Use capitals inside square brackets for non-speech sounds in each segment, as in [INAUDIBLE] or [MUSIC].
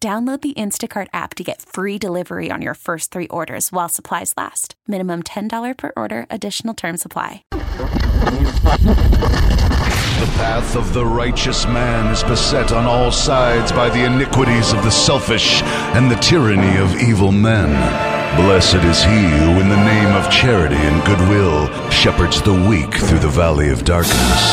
Download the Instacart app to get free delivery on your first three orders while supplies last. Minimum $10 per order, additional term supply. The path of the righteous man is beset on all sides by the iniquities of the selfish and the tyranny of evil men. Blessed is he who, in the name of charity and goodwill, shepherds the weak through the valley of darkness.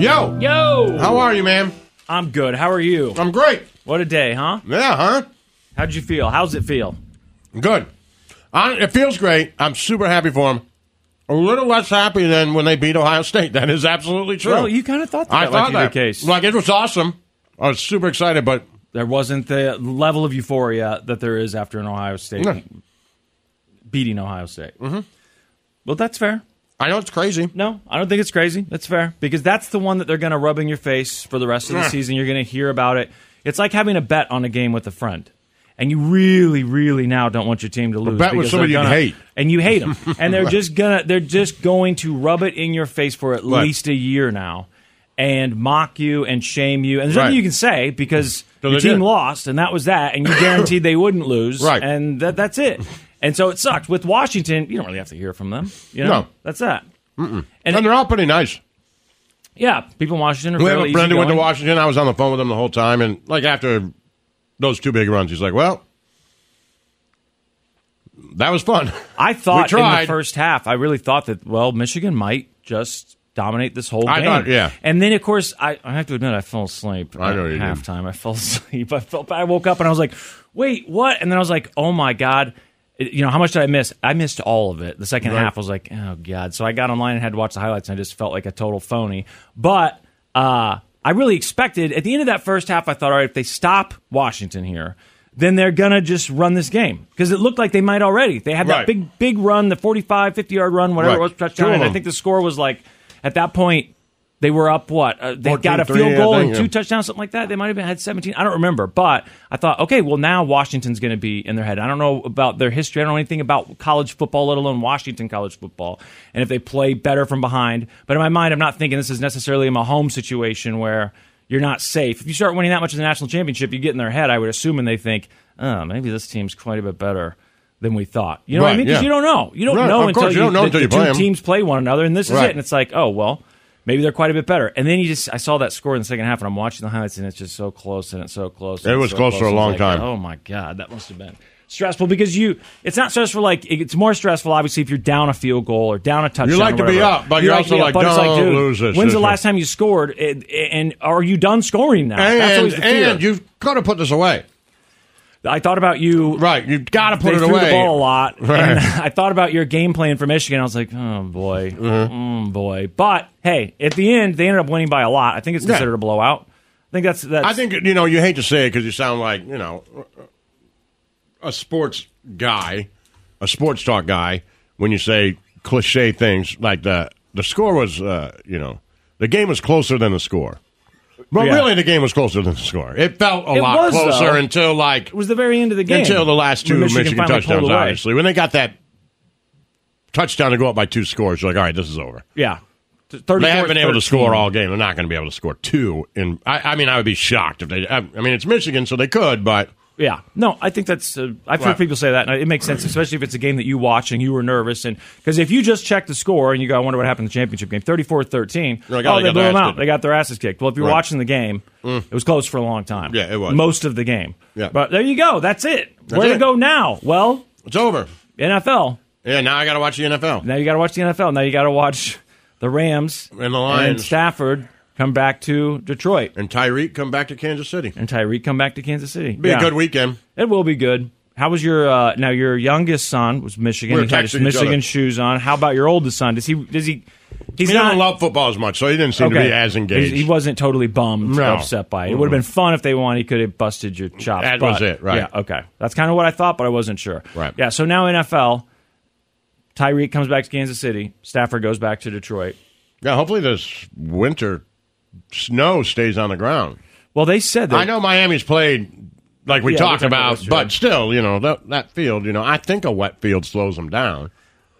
Yo, Yo! how are you, man? I'm good. How are you? I'm great. What a day, huh? Yeah, huh? How'd you feel? How's it feel? Good. I, it feels great. I'm super happy for them. A little less happy than when they beat Ohio State. That is absolutely true. Well, you kind of thought that I that thought might be that. the case. Like it was awesome. I was super excited, but there wasn't the level of euphoria that there is after an Ohio State No. beating Ohio State. Mm-hmm. Well, that's fair. I know it's crazy. No, I don't think it's crazy. That's fair because that's the one that they're going to rub in your face for the rest of the Yeah. season. You're going to hear about it. It's like having a bet on a game with a friend, and you really, really now don't want your team to lose. bet with because somebody they're you gonna- hate. and you hate [LAUGHS] them, and they're just gonna they're just going to rub it in your face for at Right. least a year now, and mock you and shame you. And there's nothing Right. Mm. you can say because So your they team did. lost, and that was that, and you guaranteed they wouldn't lose, Right. And that, that's it. And so it sucked. With Washington, you don't really have to hear from them. You know, No. that's that. And, they're all pretty nice. Yeah, people in Washington are We have fairly a friend who went to easygoing. Washington. I was on the phone with him the whole time, and like after those two big runs, he's like, "Well, that was fun." I thought We in the tried. first half, I really thought that well, Michigan might just dominate this whole I game. thought- yeah. And then of course, I, I have to admit, I fell asleep. I know at you did. halftime. I fell [LAUGHS] asleep. I felt bad. I woke up and I was like, wait, what? And then I was like, oh my god. It- You know how much did I miss? I missed all of it. The second half I was like, oh god. So I got online and had to watch the highlights, and I just felt like a total phony. But uh, I really expected at the end of that first half, I thought, all right, if they stop Washington here, then they're gonna just run this game because it looked like they might already. They had that Right. big big run, the 45, 50 yard run, whatever it Right. was, touchdown. Two of And I them. think the score was like, at that point, they were up what? Uh, they 14, got a three, field I goal think, and two yeah. touchdowns, something like that. They might have had 17. I don't remember. But I thought, okay, well, now Washington's going to be in their head. I don't know about their history. I don't know anything about college football, let alone Washington college football, and if they play better from behind. But in my mind, I'm not thinking this is necessarily a Mahomes situation where you're not safe. If you start winning that much of the national championship, you get in their head, I would assume, and they think, oh, maybe this team's quite a bit better than we thought. You know what I Right, mean? Because yeah. you don't know. You don't Right, know of until course, you don't know the- until the you two play 'em. teams play one another, and this is Right. it. And it's like, oh well, maybe they're quite a bit better. And then you just, I saw that score in the second half, and I'm watching the highlights, and it's just so close, and it's so close. and It it's was so close for a It's long like, time. Oh my god, that must have been stressful because you, it's not stressful like it's more stressful obviously if you're down a field goal or down a touchdown. like or to be whatever. up, but You you're to also be up, like, but it's don't dude, lose this. When's the This- last time you scored? And, and are you done scoring now? That's And, always the fear. and you could have put this away, I thought about you right? You've got to put they it threw away. the ball a lot. Right. And [LAUGHS] I thought about your game plan for Michigan. I was like, oh boy, Mm-hmm. mm, boy. But hey, at the end, they ended up winning by a lot. I think it's Yeah. considered a blowout. I think that's that's. I think you know you hate to say it because you sound like you know a sports guy, a sports talk guy when you say cliche things like the the score was uh, you know the game was closer than the score. But Yeah. really, the game was closer than the score. It felt a It lot was, closer though. until like It was the very end of the game until the last two when Michigan, finally pulled touchdowns. away. Obviously, when they got that touchdown to go up by two scores, you're like, all right, this is over. yeah. Thirty. They haven't been able to score all game. They're not going to be able to score two. And I, I mean, I would be shocked if they. I, I mean, it's Michigan, so they could, but Yeah, no, I think that's. Uh, I've heard Right. people say that, and it makes sense, especially if it's a game that you watch and you were nervous. And because if you just check the score and you go, "I wonder what happened in the championship game," 34-13, You're like, oh, oh, they got they blew their them ass out. kicked. They got their asses kicked. Well, if you're Right. Mm. watching the game, it was close for a long time. Yeah, it was. most of the game. Yeah. but there you go. That's it. Where to it. go now? Well, it's over. NFL. Yeah, now I got to watch the NFL. Now you got to watch the NFL. Now you got to watch the Rams And the Lions. and Stafford come back to Detroit And Tyreek come back to Kansas City. and Tyreek come back to Kansas City. Be Yeah. a good weekend. It will be good. How was your uh, now? Your youngest son was Michigan. We were he had his texting each Michigan other. shoes on. How about your oldest son? Does he? Does he? He's He not doesn't love football as much, so he didn't seem to be as engaged. He, he wasn't totally bummed, or No. upset by it. It would have been fun if they won. He could have busted your chops. That but- was it, right. Yeah, okay. That's kind of what I thought, but I wasn't sure. Right. Yeah. So now NFL, Tyreek comes back to Kansas City. Stafford goes back to Detroit. yeah, hopefully this winter snow stays on the ground. Well, they said that I know Miami's played like we Yeah, we talked talked about about, this, yeah. but still, you know that that field. You know, I think a wet field slows them down.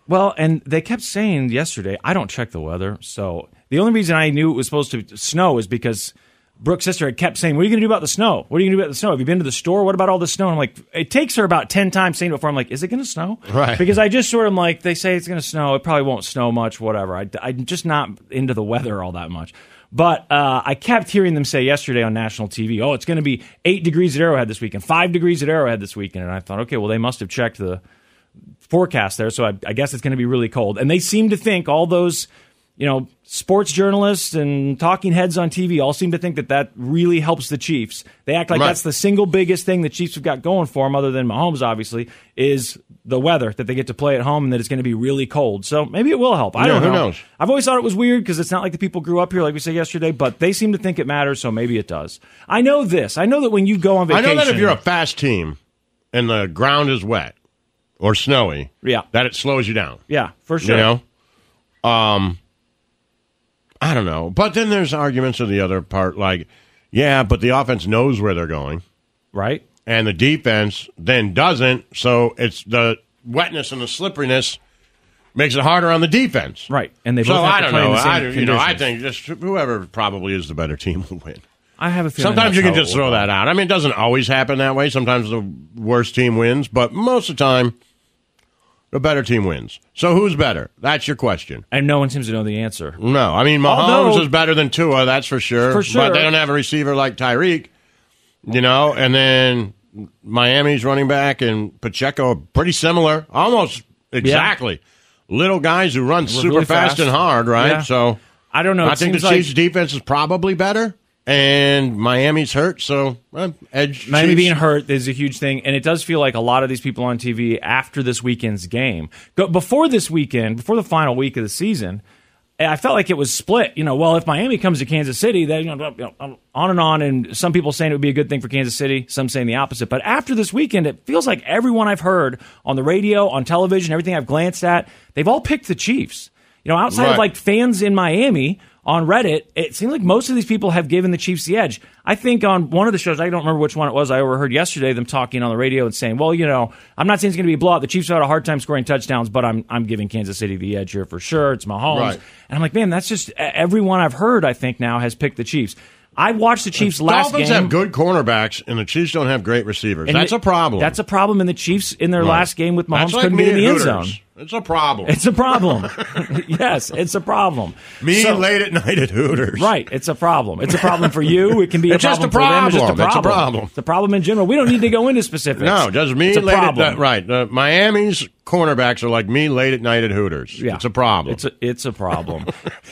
Well, and they kept saying yesterday, I don't check the weather. So the only reason I knew it was supposed to snow is because Brooke's sister had kept saying, What are you going to do about the snow? What are you going to do about the snow? Have you been to the store? What about all the snow? And I'm like, It takes her about 10 times saying it before I'm like, Is it going to snow? Right. Because I just sort of am like, They say it's going to snow. It probably won't snow much, whatever. I, am just not into the weather all that much. But uh, I kept hearing them say yesterday on national TV, Oh, it's going to be eight degrees at Arrowhead this weekend, five degrees at Arrowhead this weekend. And I thought, Okay, well, they must have checked the forecast there, so I, I guess it's going to be really cold. And they seem to think all those, you know, sports journalists and talking heads on TV all seem to think that that really helps the Chiefs. They act like Right. that's the single biggest thing the Chiefs have got going for them, other than Mahomes, obviously, is the weather that they get to play at home and that it's going to be really cold. So maybe it will help. I Yeah, don't who know. knows? I've always thought it was weird because it's not like the people grew up here, like we said yesterday, but they seem to think it matters, so maybe it does. I know this. I know that when you go on vacation, I know that if you're a fast team and the ground is wet or snowy, Yeah. that it slows you down. yeah, for sure. You know? Um I don't know. But then there's arguments of the other part like, yeah, but the offense knows where they're going Right? and the defense then doesn't, so it's the wetness and the slipperiness makes it harder on the defense. Right. And they both so have I to don't play in know. the same I, you know, I conditions. think just whoever probably is the better team [LAUGHS] will win. I have a feeling. Sometimes that's you can how it just will throw go. that out. I mean, it doesn't always happen that way. Sometimes the worst team wins, but most of the time, the better team wins. So who's better? That's your question. and no one seems to know the answer. No, I mean Mahomes Although- is better than Tua, that's for sure. For sure. but they don't have a receiver like Tyreek, you know. And then Miami's running back and Pacheco are pretty similar, almost exactly. Little guys who run super really fast, fast. and hard, right? Yeah. So I don't know. I It think the seems like- Chiefs' defense is probably better, and Miami's hurt, so well, edge. Miami Chiefs. being hurt is a huge thing, and it does feel like a lot of these people on TV after this weekend's game, go, before this weekend, before the final week of the season, eh, I felt like it was split. You know, well, if Miami comes to Kansas City, then you know, you know, on and on, and some people saying it would be a good thing for Kansas City, some saying the opposite. But after this weekend, it feels like everyone I've heard on the radio, on television, everything I've glanced at, they've all picked the Chiefs. You know, outside of Right. like fans in Miami on Reddit, it seems like most of these people have given the Chiefs the edge. I think on one of the shows, I don't remember which one it was, I overheard yesterday them talking on the radio and saying, "Well, you know, I'm not saying it's going to be a blowout. The Chiefs have had a hard time scoring touchdowns, but I'm I'm giving Kansas City the edge here for sure. It's Mahomes." Right. And I'm like, "Man, that's just e- everyone I've heard. I think now has picked the Chiefs. I watched the Chiefs last Dolphins game. have good cornerbacks, and the Chiefs don't have great receivers. and that's a problem. That's a problem. And the Chiefs in their last game with Mahomes That's like couldn't me get in the at end Hooters. zone. It's a problem. It's a problem. [LAUGHS] yes, it's a problem. me So- late at night at Hooters. Right. It's a problem. It's a problem for you. It can be It's a just problem a for them. It's problem. It's just a a problem. problem. It's a problem in general. We don't need to go into specifics. No, just me It's a late problem. at night. Right. Uh, Miami's cornerbacks are like me late at night at Hooters. Yeah. It's a problem. It's a, it's [LAUGHS] a problem.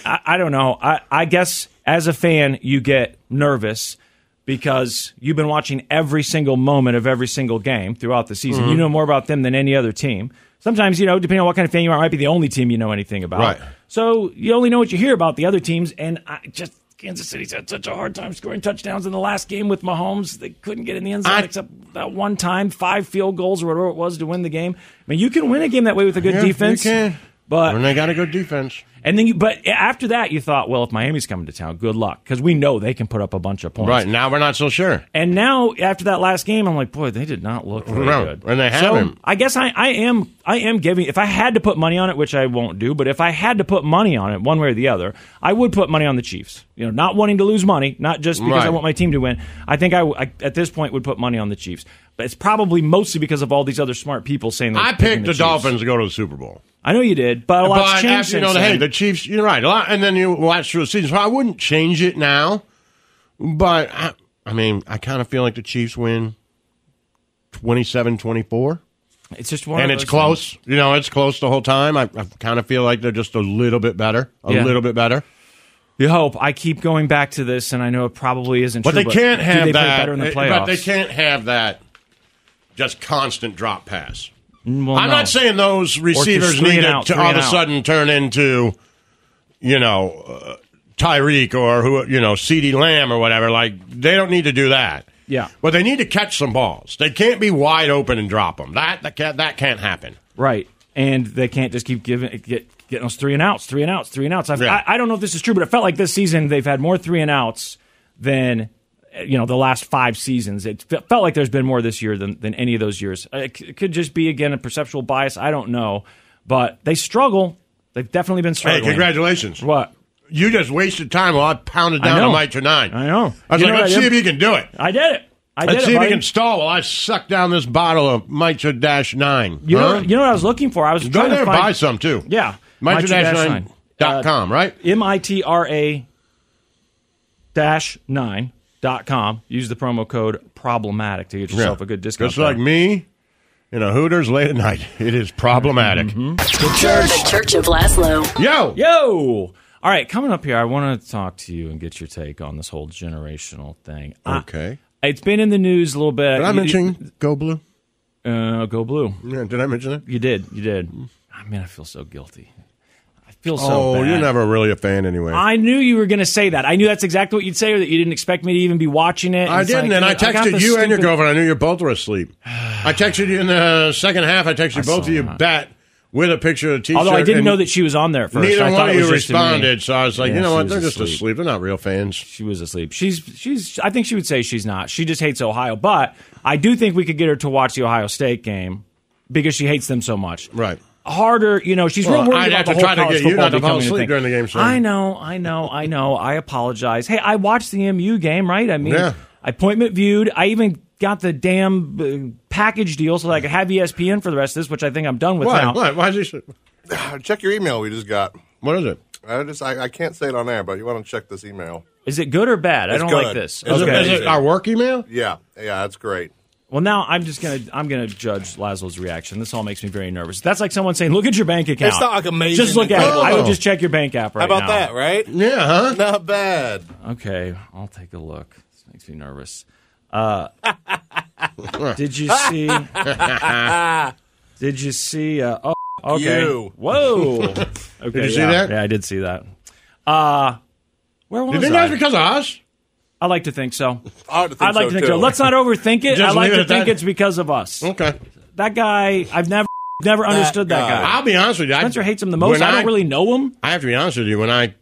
I, I don't know. I, I guess as a fan, you get nervous because you've been watching every single moment of every single game throughout the season. Mm-hmm. You know more about them than any other team. Sometimes, you know, depending on what kind of fan you are, it might be the only team you know anything about. Right. So you only know what you hear about the other teams. And I just, Kansas City's had such a hard time scoring touchdowns in the last game with Mahomes. They couldn't get in the end zone I- except that one time, five field goals or whatever it was to win the game. I mean, you can win a game that way with a good Yeah, you defense. can. But and they got a good defense. And then you, but after that, you thought, well, if Miami's coming to town, good luck because we know they can put up a bunch of points. Right now, we're not so sure. And now after that last game, I'm like, boy, they did not look very No, good. and they so haven't. I guess I, I am I am giving. If I had to put money on it, which I won't do, but if I had to put money on it, one way or the other, I would put money on the Chiefs. You know, not wanting to lose money, not just because I Right. want my team to win. I think I, w- I- at this point would put money on the Chiefs. But it's probably mostly because of all these other smart people saying. they're I picking picked the Chiefs. Dolphins to go to the Super Bowl. I know you did, but a lot's but changed after, you know, since the, hey, then. the Chiefs. You're right. A lot, and then you watch through the season. So I wouldn't change it now. But I, I mean, I kind of feel like the Chiefs win 27-24. it's just one, and of it's those close. You know, it's close the whole time. I, I kind of feel like they're just a little bit better, a Yeah. little bit better. You hope. I keep going back to this, and I know it probably isn't But true. they can't do have they play that. better in the eh, playoffs. But they can't have that just constant drop pass. Mm, Well, I'm no. not saying those receivers three need and to, out, to three all and of a out. sudden turn into, you know, uh, Tyreek or who you know, Ceedee Lamb or whatever. Like they don't need to do that. Yeah. but they need to catch some balls. They can't be wide open and drop them. That that can't, that can't happen. Right. And they can't just keep giving get getting those three and outs, three and outs, three and outs. I've, Yeah. I, I don't know if this is true, but it felt like this season they've had more three and outs than uh, you know the last five seasons. It fe- felt like there's been more this year than than any of those years. Uh, It, c- it could just be again a perceptual bias. I don't know, but they struggle. They've definitely been Hey, struggling. congratulations! What? You just wasted time while I pounded I down know. on Mike Nine. I know. I was You like, know what let's I see if did? you can do it. I did it. I did Let's it. see if you buddy. can stall while I suck down this bottle of Mitra Dash Nine. you know, Huh? you know what I was looking for. I was Go trying there to and find buy some too. Yeah. Mitra Dash Nine dot Uh, com. Right. mitra dash nine dot com. Use the promo code problematic to get yourself a good discount. Just like there. me in a Hooters late at night. [LAUGHS] It is problematic. Mm-hmm. The Church of Laszlo. Yo. Yo. All right, coming up here, I want to talk to you and get your take on this whole generational thing. I- Okay. it's been in the news a little bit. Did I Uh, You- mention Go Blue? Uh, go blue. Yeah, did I mention it? You did. You did. I mean, I feel so guilty. I feel so oh, bad. you're never really a fan anyway. I knew you were going to say that. I knew that's exactly what you'd say, or that you didn't expect me to even be watching it. I it's didn't, like, and I dude, got texted you this and your stupid- girlfriend. I knew you both were asleep. I texted you in the second half. I texted both saw of you that. back with a picture of the t-shirt. Although I didn't and know that she was on there at first. Neither I thought one of it was you just to me. responded, so I was like, Yeah, you know she what? was They're just asleep. asleep. They're not real fans. She was asleep. She's she's. I think she would say she's not. She just hates Ohio, but I do think we could get her to watch the Ohio State game because she hates them so much. Right. Harder, you know, she's Well, real worried I'd about have the to whole try to college get you football not to fall becoming a asleep thing. during the game, son. I know, I know, I know. I apologize. Hey, I watched the MU game, right? I mean, Yeah. appointment viewed. I even got the damn uh, package deal so that I could have E ESPN for the rest of this, which I think I'm done with Why? now. Why? Why is this? Uh, Check your email we just got. What is it? I just I, I can't say it on air, but you want to check this email. Is it good or bad? I It's don't good. like this. It's Is, it, Okay. is it our work email? Yeah, yeah, that's great. Well, now I'm just gonna I'm gonna judge Laszlo's reaction. This all makes me very nervous. That's like someone saying, "Look at your bank account." It's not like amazing Just look at it. incredible. I would just check your bank app right How about now. that, right? Yeah, huh? Not bad. Okay, I'll take a look. This makes me nervous. Uh, [LAUGHS] did [LAUGHS] you see? did you see? Uh, oh, okay. You. [LAUGHS] Whoa. Okay, did you see that? Yeah, I did see that. Uh, where was You think I? that's because of us? I like to think so. I'd, think I'd like to think too. so. Let's not overthink [LAUGHS] it. Just I like leave it to at think that. it's because of us. Okay. That guy, I've never never understood that guy. I'll be honest with you. I- Spencer hates him the most. when I don't really know him. I have to be honest with you. When I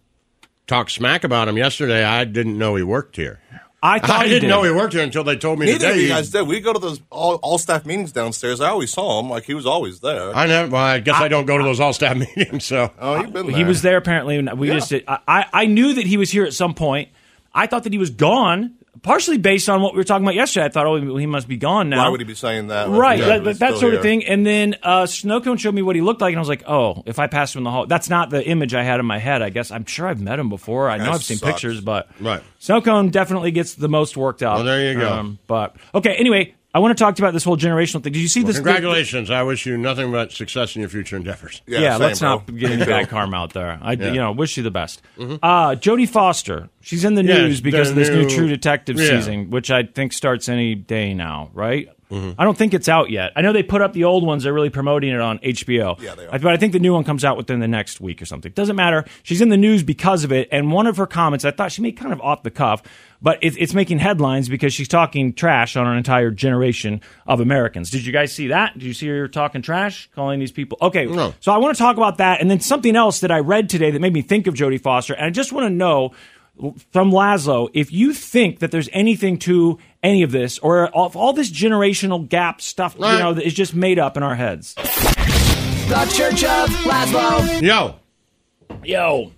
talked smack about him yesterday, I didn't know he worked here. I thought I he didn't did. know he worked here until they told me Neither of today. you guys did. We go to those all, all staff meetings downstairs. I always saw him. Like he was always there. I never. Well, I guess I, don't go to those all staff [LAUGHS] meetings. So oh, you've been there. He was there apparently, and we just. Did, I- I I knew that he was here at some point. I thought that he was gone, partially based on what we were talking about yesterday. I thought, oh, he must be gone now. Why would he be saying that? Right, Yeah, that, but he's that, that still sort of here. thing. And then uh, Snowcone showed me what he looked like, and I was like, "Oh, if I passed him in the hall, that's not the image I had in my head. I guess I'm sure I've met him before. I know That I've seen sucks. pictures, but Right. Snowcone definitely gets the most worked out. Well, Um, there you go. but okay, anyway, I want to talk to you about this whole generational thing. Did you see this? congratulations. I wish you nothing but success in your future endeavors. Yeah, yeah, same, let's bro. not get any bad karma out there. I, you know, wish you the best. Uh, Jodie Foster, she's in the Yes, news because the of this new, new- True Detective Yeah. season, which I think starts any day now, right? Mm-hmm. I don't think it's out yet. I know they put up the old ones. They're really promoting it on HBO. Yeah, they are. I- But I think the new one comes out within the next week or something. Doesn't matter. She's in the news because of it. And one of her comments, I thought she made kind of off the cuff, but it, it's making headlines because she's talking trash on an entire generation of Americans. Did you guys see that? Did you see her talking trash, calling these people? Okay, No. so I want to talk about that, and then something else that I read today that made me think of Jodie Foster, and I just want to know from Laszlo if you think that there's anything to any of this, or all, all this generational gap stuff, you Right. know, that is just made up in our heads. The Church of Laszlo. Yo, Yo,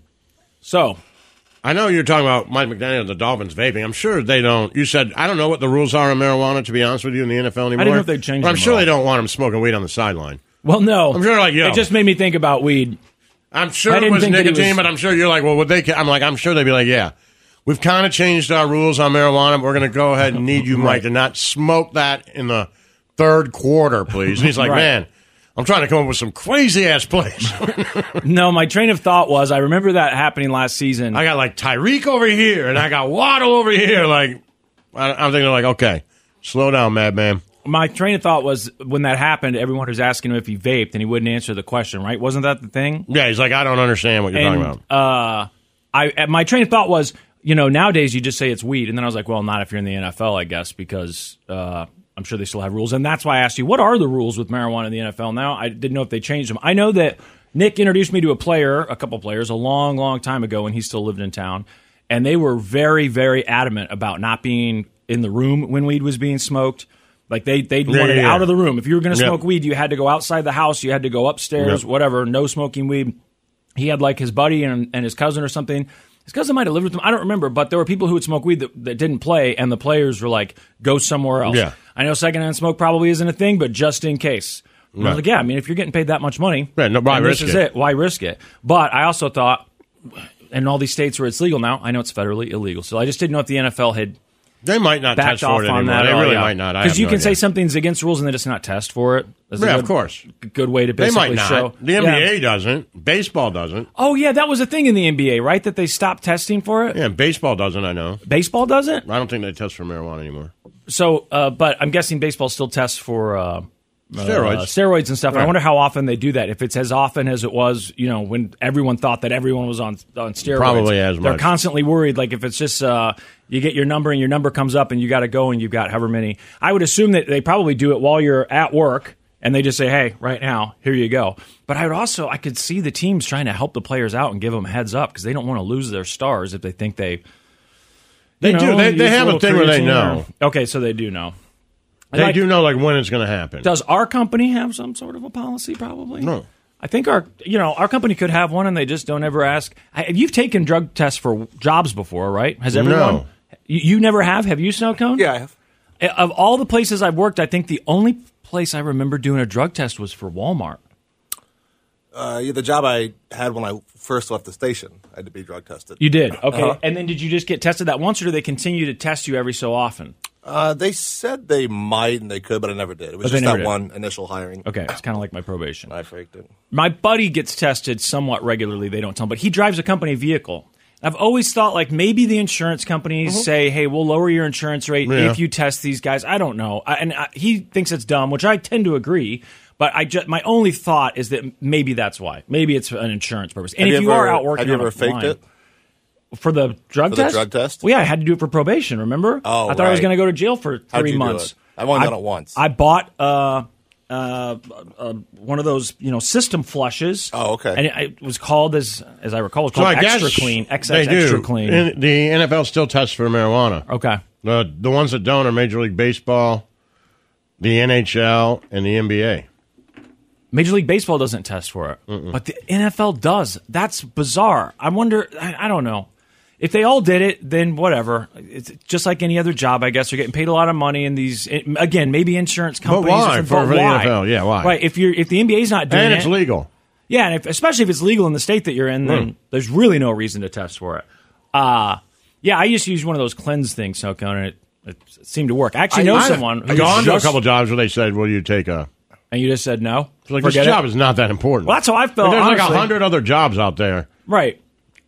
so I know you're talking about Mike McDaniel and the Dolphins vaping. I'm sure they don't. You said I don't know what the rules are on marijuana. To be honest with you, in the NFL anymore, know if they've changed But I'm them sure at they all. don't want them smoking weed on the sideline. well, no, I'm sure, like, yo. it just made me think about weed. I'm sure I it didn't was think that he nicotine, was- but I'm sure you're like, well, would they? ca- I'm like, I'm sure they'd be like, yeah, we've kind of changed our rules on marijuana. But we're going to go ahead and need you, Mike, to not smoke that in the third quarter, please. And he's like, [LAUGHS] Right. man, I'm trying to come up with some crazy ass [LAUGHS] plays. [LAUGHS] No, my train of thought was I remember that happening last season. I got like Tyreek over here, and I got Waddle over here. Like, I, I'm thinking like, okay, slow down, madman. my train of thought was when that happened, everyone was asking him if he vaped, and he wouldn't answer the question. Right? Wasn't that the thing? Yeah, he's like, I don't understand what you're talking And about. uh, I uh, my train of thought was, you know, nowadays you just say it's weed, and then I was like, well, not if you're in the NFL, I guess, because uh, I'm sure they still have rules, and that's why I asked you, what are the rules with marijuana in the NFL now? I didn't know if they changed them. I know that Nick introduced me to a player, a couple players, a long, long time ago, when he still lived in town, and they were very, very adamant about not being in the room when weed was being smoked. Like they they Yeah, wanted yeah, yeah. out of the room. If you were going to Yep. smoke weed, you had to go outside the house. You had to go upstairs, Yep. whatever. No smoking weed he had like his buddy and, and his cousin or something. His cousin might have lived with him. I don't remember, but there were people who would smoke weed that, that didn't play, and the players were like, go somewhere else. Yeah. I know secondhand smoke probably isn't a thing, but just in case. And I was Right. like, yeah, I mean, if you're getting paid that much money, Right, no, why and risk this is it? it. Why risk it? But I also thought, in all these states where it's legal now, I know it's federally illegal. So I just didn't know if the NFL had They might not backed touch off for it on anymore. that. They at all, really yeah. might not. I have you no can say idea. something's against rules and then it's not test for it. That's a Yeah, good- of course. Good way to They basically might not. show the Yeah. NBA doesn't. Baseball doesn't. Oh yeah, that was a thing in the NBA, right? That they stopped testing for it. Yeah, baseball doesn't. I know. Baseball doesn't. I don't think they test for marijuana anymore. So, uh, but I'm guessing baseball still tests for uh, Steroids. uh, steroids and stuff. I Right. wonder how often they do that. If it's as often as it was, you know, when everyone thought that everyone was on on steroids, Probably as They're much. constantly worried. Like if it's just uh, you get your number and your number comes up and you got to go and you've got however many. I would assume that they probably do it while you're at work. And they just say, "Hey, right now, here you go." But I would also, I could see the teams trying to help the players out and give them a heads up because they don't want to lose their stars if they think they They you do. know, They, use they have a little thing where they creatine know. or- okay, so they do know. They Like- do know like when it's going to happen. Does our company have some sort of a policy? Probably. No. I think our, you know, our company could have one, and they just don't ever ask. I- You've taken drug tests for jobs before, right? Has everyone? No. You, you never have. Have you, Snow Cone? Yeah, I have. Of all the places I've worked, I think the only place I remember doing a drug test was for Walmart. Uh, yeah, the job I had when I first left the station, I had to be drug tested. Uh-huh. You did, okay. Uh-huh. And then did you just get tested that once, or do they continue to test you every so often? Uh, they said they might and they could, but I never did. It was But Oh, they just never that did. one initial hiring. Okay, it's kind of like my probation. I faked it. my buddy gets tested somewhat regularly. They don't tell him, but he drives a company vehicle. I've always thought like maybe the insurance companies Mm-hmm. say, "Hey, we'll lower your insurance rate Yeah. if you test these guys." I don't know, I, and I, he thinks it's dumb, which I tend to agree. But I just my only thought is that maybe that's why. Maybe it's an insurance purpose. And Have if you, ever- are out working, have you on a ever faked line- it? for the drug For the test? drug test? Well, yeah, I had to do it for probation. Remember? Oh, I thought I was right. going to go to jail for 3 How'd you do months. it? I've only I- done it once. I bought uh, uh, uh, one of those you know system flushes. Oh, okay. And it, it was called as as I recall, it was So called I guess extra clean. XX they do. extra clean. In- the NFL still tests for marijuana. okay. The the ones that don't are Major League Baseball, the NHL, and the NBA. Major League Baseball doesn't test for it, but the NFL does. That's bizarre. I wonder. I, I don't know. If they all did it, then whatever. It's just like any other job, I guess. You're getting paid a lot of money in these. it- again, maybe insurance companies. or why? something, For- but for the why? NFL, yeah, why? Right. If you're if the NBA's not doing And it, it's legal. yeah, and if, especially if it's legal in the state that you're in, Hmm. then there's really no reason to test for it. Uh yeah, I just used one of those cleanse things, so and it, it seemed to work. I actually know I've someone who gone to a just- couple jobs where they said, "Will you take a?" and you just said no. It's like Forget this it. job is not that important. Well, that's how I felt, But there's like honestly. a hundred other jobs out there. Right.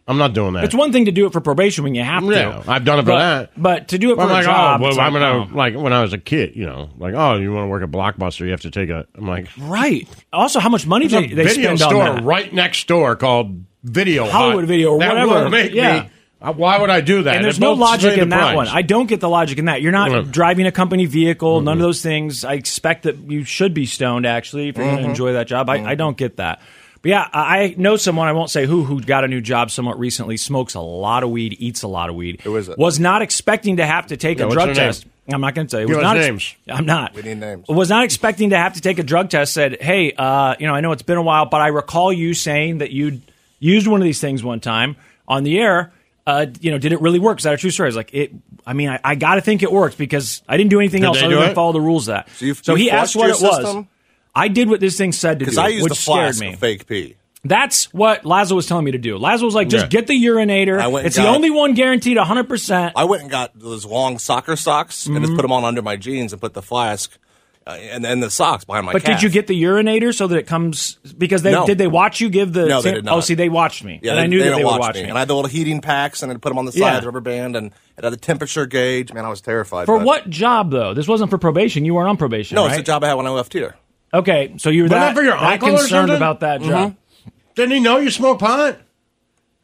I'm not doing that. It's one thing to do it for probation when you have to. Yeah, I've done it for but, that. But to do it for I'm a like, job, oh, it's well, I'm like, gonna oh. like when I was a kid, you know, like, oh, you want to work at Blockbuster, you have to take a. I'm like, right. Also, how much money there's they, a they video spend store on that? right next door called Video Hut. Hollywood Video or that whatever. Will make Yeah. me. uh, Why would I do that? And there's It no won't logic save the in that price. one. I don't get the logic in that. You're not Mm. driving a company vehicle, none Mm-hmm. of those things. I expect that you should be stoned, actually, if you're Mm-hmm. going to enjoy that job. I, I don't get that. But yeah, I I know someone, I won't say who, who got a new job somewhat recently, smokes a lot of weed, eats a lot of weed. Who is it? Was not expecting to have to take Yeah, a what's drug her name? test. I'm not going to tell you. Give Was us not ex- names. I'm not. We need names. Was not expecting to have to take a drug test. Said, hey, uh, you know, I know it's been a while, but I recall you saying that you'd used one of these things one time on the air. Uh, you know, did it really work? Is that a true story? I was like, it. I mean, I, I got to think it worked because I didn't do anything Did else they other do than it? follow the rules. Of that. So you- so you he asked what flushed it your was. system? I did what this thing said to do, Because I used which the flask scared me. of fake pee. That's what Lazo was telling me to do. Lazo was like, just Yeah. get the urinator. I went and It's the got- only one guaranteed 100. percent I went and got those long soccer socks and Mm-hmm. just put them on under my jeans and put the flask uh, and then the socks behind Oh my But calf. did you get the urinator so that it comes because they No. did they watch you give the No, they did not. oh see they watched me Yeah, and they, I knew they that don't they watch were watching me. And I had the little heating packs and I'd put them on the side Yeah. of the rubber band and it had a temperature gauge. Man, I was terrified. for but- what job though? This wasn't for probation. You weren't on probation. No, right? it's a job I had when I left here. Okay, so you were Wasn't that, that for your that uncle or concerned something? Mm-hmm. about that job. Didn't he know you smoke pot?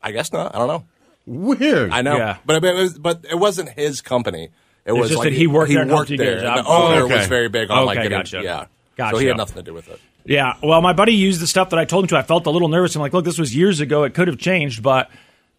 I guess not. I don't know. Weird. I know. Yeah. But, but it was, but it wasn't his company. It was just like that he worked there and He helped worked you get a there. job. And the owner Okay. was very big on like Okay, getting, gotcha. yeah. So Gotcha. he had nothing to do with it. Yeah. Well, my buddy used the stuff that I told him to. I felt a little nervous. I'm like, look, this was years ago. It could have changed, but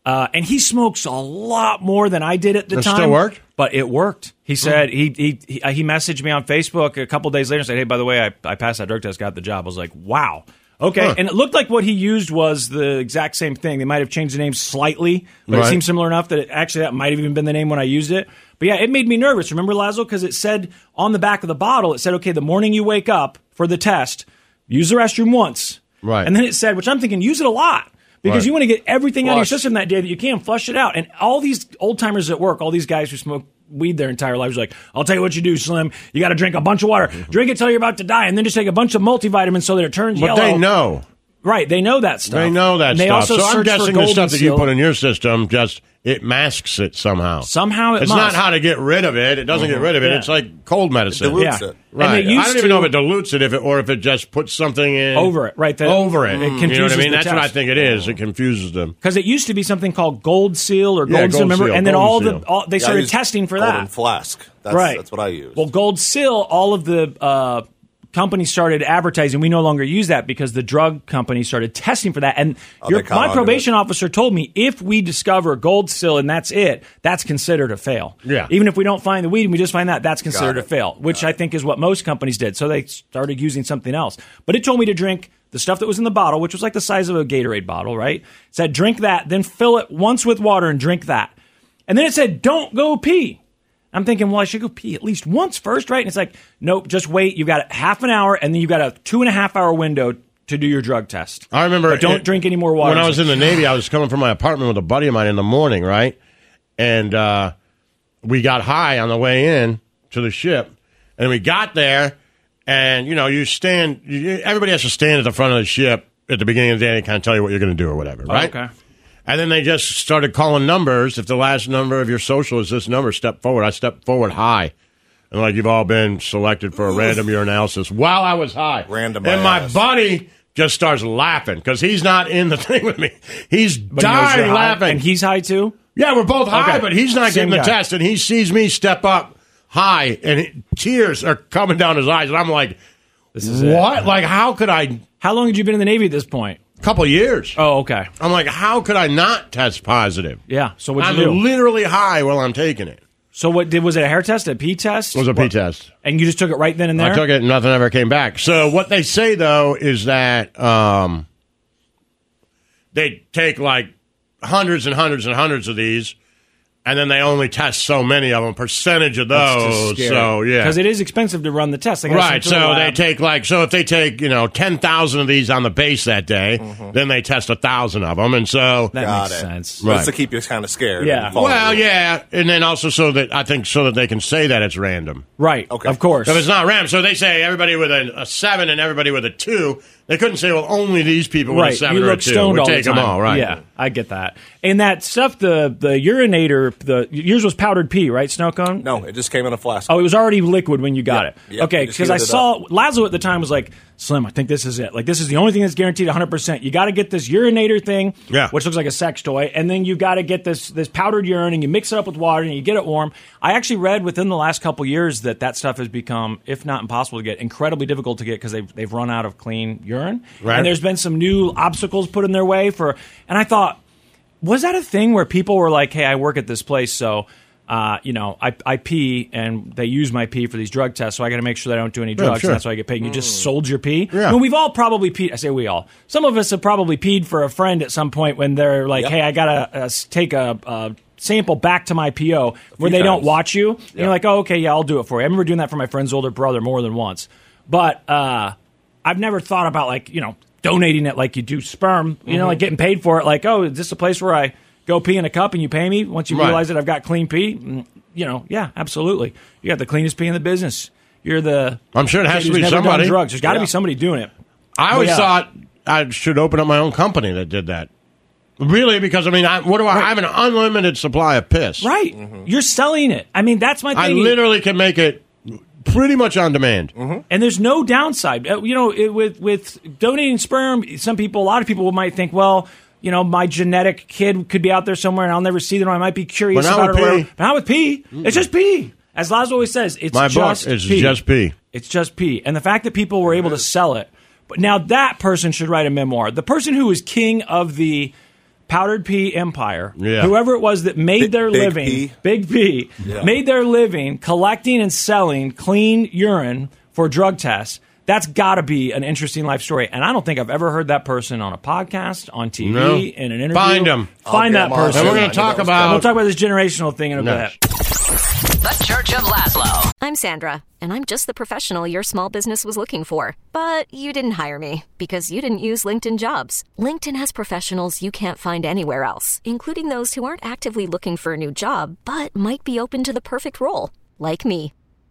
uh, and he smokes a lot more than I did at the It time. still Hmm. worked? but it worked. He said he he he, uh, he messaged me on Facebook a couple days later and said, hey, by the way, I, I passed that drug test, got the job. I was like, wow. Okay, Huh. and it looked like what he used was the exact same thing. They might have changed the name slightly, but it Right. seems similar enough that it, actually that might have even been the name when I used it. But yeah, it made me nervous. Remember, Lazo? Because it said on the back of the bottle, it said, okay, the morning you wake up for the test, use the restroom once. Right. And then it said, which I'm thinking, use it a lot because Right. you want to get everything out of your Flush. system that day that you can, flush it out. And all these old timers at work, all these guys who smoke weed their entire lives, are like, I'll tell you what you do, Slim. You got to drink a bunch of water, drink it till you're about to die, and then just take a bunch of multivitamins so that it turns Mm-hmm. but yellow. they know. Right. They know that stuff. They know that And They stuff. also so I'm search for guessing the golden stuff that you seal. put in your system just it masks it somehow. Somehow it it's not must. how to get rid of it. It doesn't get rid of it. Uh-huh. Yeah. It's like cold medicine. dilutes yeah. it. Right. And they used I don't to, even know if it dilutes it, if it or if it just puts something in Over it, right, that- over it. Mm. it you know what confuses I mean? the That's what I test. think it is. It confuses them. because it used to be something called Gold Seal or Gold, Yeah, Seal, Gold remember? Seal, and then Gold all Seal. the all, they Yeah, I started used testing for golden that. flask. That's, right. That's what I used. Well, Gold Seal, all of the uh, companies started advertising. We no longer use that because the drug company started testing for that. And Oh, your, they caught my onto probation officer told me if we discover Gold Seal and that's it, that's considered a fail. Yeah. Even if we don't find the weed and we just find that, that's considered a it. fail, which I think is what most companies did. So they started using something else. But it told me to drink. The stuff that was in the bottle, which was like the size of a Gatorade bottle, right? It said drink that, then fill it once with water and drink that. And then it said, don't go pee. I'm thinking, well, I should go pee at least once first, right? And it's like, nope, just wait. You've got half an hour, and then you've got a two and a half hour window to do your drug test. I remember. But don't it- drink any more water. When I was in the Navy, I was coming from my apartment with a buddy of mine in the morning, right? And uh, we got high on the way in to the ship, and we got there, and you know, you stand. You, you- everybody has to stand at the front of the ship at the beginning of the day and kind of tell you what you're going to do or whatever, right? okay. And then they just started calling numbers. If the last number of your social is this number, step forward. I stepped forward high. And like you've all been selected for a random urinalysis while I was high. Random And my my ass. buddy just starts laughing because he's not in the [LAUGHS] thing with me. He's But he knows you're dying high, laughing. and he's high too. yeah, we're both high, Okay. but he's not Same getting the guy. test. And he sees me step up high, and it, tears are coming down his eyes. And I'm like, is it. what? Like, how could I? How long had you been in the Navy at this point? Couple years. Oh, okay. I'm like, how could I not test positive? Yeah. So what'd I'm you do? literally high while I'm taking it. So what did was it a hair test, a pee test? It was a pee test. and you just took it right then and there. I took it and nothing ever came back. So what they say though is that um, they take like hundreds and hundreds and hundreds of these and then they only test so many of them, percentage of those. Oh, So yeah, Because it is expensive to run the test. They gotta right. send it to the So they lab. take like so if they take you know ten thousand of these on the base that day, then they test a thousand of them, and so Mm-hmm. That Got makes it. sense. That's to keep you kind of scared. Yeah. and follow well you. yeah, and then also so that I think so that they can say that it's random. Right. Okay. Of course. If it's not random, so they say everybody with a, a seven and everybody with a two, they couldn't say well only these people with right. a seven you or look a two. stoned we all take the time. them all, right? Yeah, I get that. And that stuff, the the urinator, the yours was powdered pee, right? Snow cone. No, it just came in a flask. Oh, it was already liquid when you got Yeah, it. yeah, okay, you just because I heated it saw Lazo at the time was like, Slim, I think this is it. Like, this is the only thing that's guaranteed 100%. You got to get this urinator thing, Yeah. which looks like a sex toy, and then you got to get this this powdered urine and you mix it up with water and you get it warm. I actually read within the last couple years that that stuff has become, if not impossible to get, incredibly difficult to get because they've, they've run out of clean urine. Right. And there's been some new obstacles put in their way for, and I thought, was that a thing where people were like, "Hey, I work at this place, so uh, you know, I, I pee and they use my pee for these drug tests, so I got to make sure that I don't do any drugs, sure. and that's why I get paid." You just sold your pee. Yeah. I mean, we've all probably peed. I say we all. Some of us have probably peed for a friend at some point when they're like, Yep. "Hey, I gotta uh, s- take a." a Sample back to my PO where they don't times. watch you. And You're like, oh, okay, yeah, I'll do it for you. I remember doing that for my friend's older brother more than once. But uh, I've never thought about like you know donating it like you do sperm. You know, Mm-hmm. like getting paid for it. Like, oh, is this a place where I go pee in a cup and you pay me once you Right. realize that I've got clean pee? Mm, You know, yeah, absolutely. You got the cleanest pee in the business. You're the I'm sure it kid has to who's be never done somebody. Drugs. There's got to Yeah. be somebody doing it. I always Yeah. thought I should open up my own company that did that. Really, because I mean, I, what do I? I have an unlimited supply of piss. Right. You're selling it. I mean, that's my thing. I literally can make it pretty much on demand. Mm-hmm. and there's no downside. Uh, You know, it, with with donating sperm, some people, a lot of people might think, well, you know, my genetic kid could be out there somewhere, and I'll never see them. I might be curious But not about with it. or pee. whatever. But not with pee. It's just pee. As Lazo always says, it's My book just is pee. just pee. It's just pee. And the fact that people were able to sell it, but now that person should write a memoir. The person who was king of the powdered pee empire, Yeah. whoever it was that made Big- their Big living, P. Big P, made their living collecting and selling clean urine for drug tests. That's got to be an interesting life story. And I don't think I've ever heard that person on a podcast, on TV, No. in an interview. Find 'em. Find that I'll get 'em on. person. And we're I going knew to talk that was about We'll talk about this generational thing in a No. bit. The Church of Laszlo. I'm Sandra, and I'm just the professional your small business was looking for. But you didn't hire me because you didn't use LinkedIn jobs. LinkedIn has professionals you can't find anywhere else, including those who aren't actively looking for a new job but might be open to the perfect role, like me.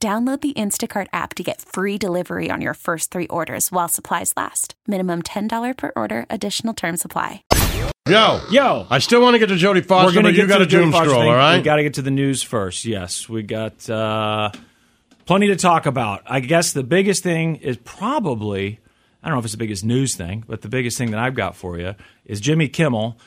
Download the Instacart app to get free delivery on your first three orders while supplies last. Minimum $10 per order, additional term supply. yo, Yo. I still want to get to Jodie Foster, gonna but you got to a the Jodie doom Foster scroll, thing. all We right? got to get to the news first. Yes, we got uh, plenty to talk about. I guess the biggest thing is probably I don't know if it's the biggest news thing, but the biggest thing that I've got for you is Jimmy Kimmel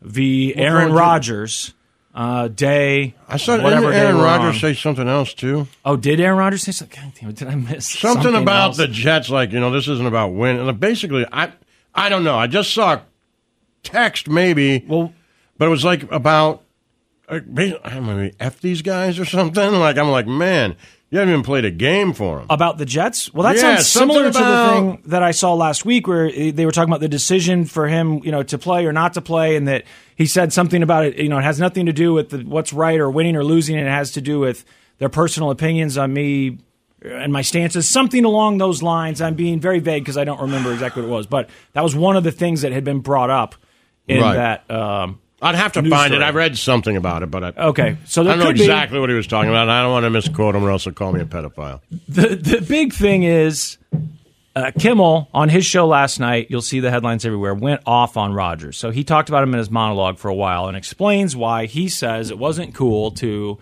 v. Aaron going to- Rodgers. Uh, day. I saw didn't whatever day Aaron we're Rodgers on. say something else too. Oh, did Aaron Rodgers say something? God damn it, Did I miss Something, about else? the Jets, like you know, this isn't about winning. And basically, I I don't know. I just saw a text maybe, Well- but it was like about uh, basi- I'm gonna f these guys or something. Like I'm like, man, You haven't even played a game for him. about the Jets. Well, that Yeah, sounds something similar to the about- thing that I saw last week, where eh, they were talking about the decision for him, you know, to play or not to play, and that he said something about it. You know, it has nothing to do with the, what's right or winning or losing. It has to do with their personal opinions on me and my stances, something along those lines. I'm being very vague because I don't remember exactly what it was, but that was one of the things that had been brought up in Right. that. Um, I'd have to news find it. story. I read something about it, but I, Okay, so there I don't know could be- exactly what he was talking about. And I don't want to misquote him, or else they'll call me a pedophile. the the big thing is uh, Kimmel on his show last night. You'll see the headlines everywhere. Went off on Rogers, so he talked about him in his monologue for a while and explains why he says it wasn't cool to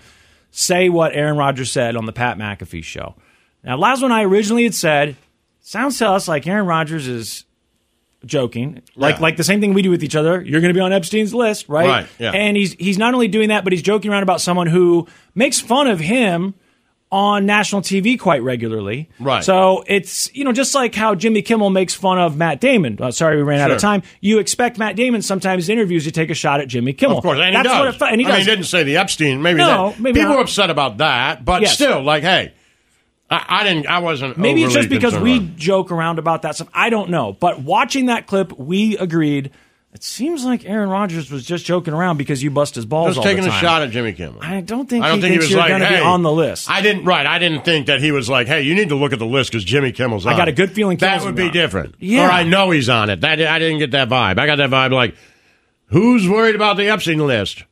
say what Aaron Rodgers said on the Pat McAfee show. Now, Laszlo and I originally had said, sounds to us like Aaron Rodgers is joking, like Yeah. like the same thing we do with each other. You're going to be on Epstein's list, right? Right, yeah. And he's he's not only doing that, but he's joking around about someone who makes fun of him on national TV quite regularly. Right. So it's you know just like how Jimmy Kimmel makes fun of Matt Damon. Uh, sorry, we ran out of Sure. time. You expect Matt Damon sometimes in interviews to take a shot at Jimmy Kimmel. Of course, and he Oh, That's does. What it, fe- and he I mean, does. he didn't say the Epstein. Maybe No, that. maybe people not. were upset about that, but Yes. still, like, hey, I, I didn't. I wasn't. Maybe it's overly just because concerned we about it. joke around about that stuff. I don't know. But watching that clip, we agreed. It seems like Aaron Rodgers was just joking around because you bust his balls. Just all taking the a time. shot at Jimmy Kimmel. I don't think I don't he think he thinks was you're like, going to hey, be on the list. I didn't. Right. I didn't think that he was like, hey, you need to look at the list because Jimmy Kimmel's on. I got a it. good feeling That Kimmel's would be not. different. Yeah. Or I know he's on it. That I didn't get that vibe. I got that vibe like, who's worried about the Epstein list?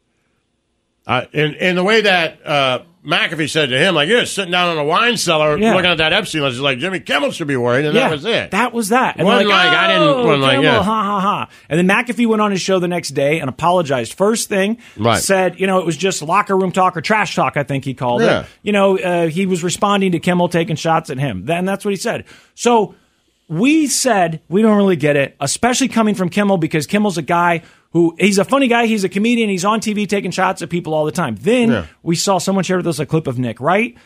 Uh, and, and the way that uh, McAfee said to him, like, you're sitting down in a wine cellar Yeah. looking at that Epstein list. He's like, Jimmy Kimmel should be worried. And yeah, that was it. That was that. And they're Wasn't like, I didn't- "Oh, wasn't like, Kimmel, yeah." ha ha ha. And then McAfee went on his show the next day and apologized. First thing, Right. said you know it was just locker room talk or trash talk. I think he called Yeah. it. You know uh, he was responding to Kimmel taking shots at him. Then that's what he said. So we said we don't really get it, especially coming from Kimmel because Kimmel's a guy. Who, he's a funny guy. He's a comedian. He's on TV taking shots at people all the time. Then Yeah. we saw someone share with us a clip of Nick, right?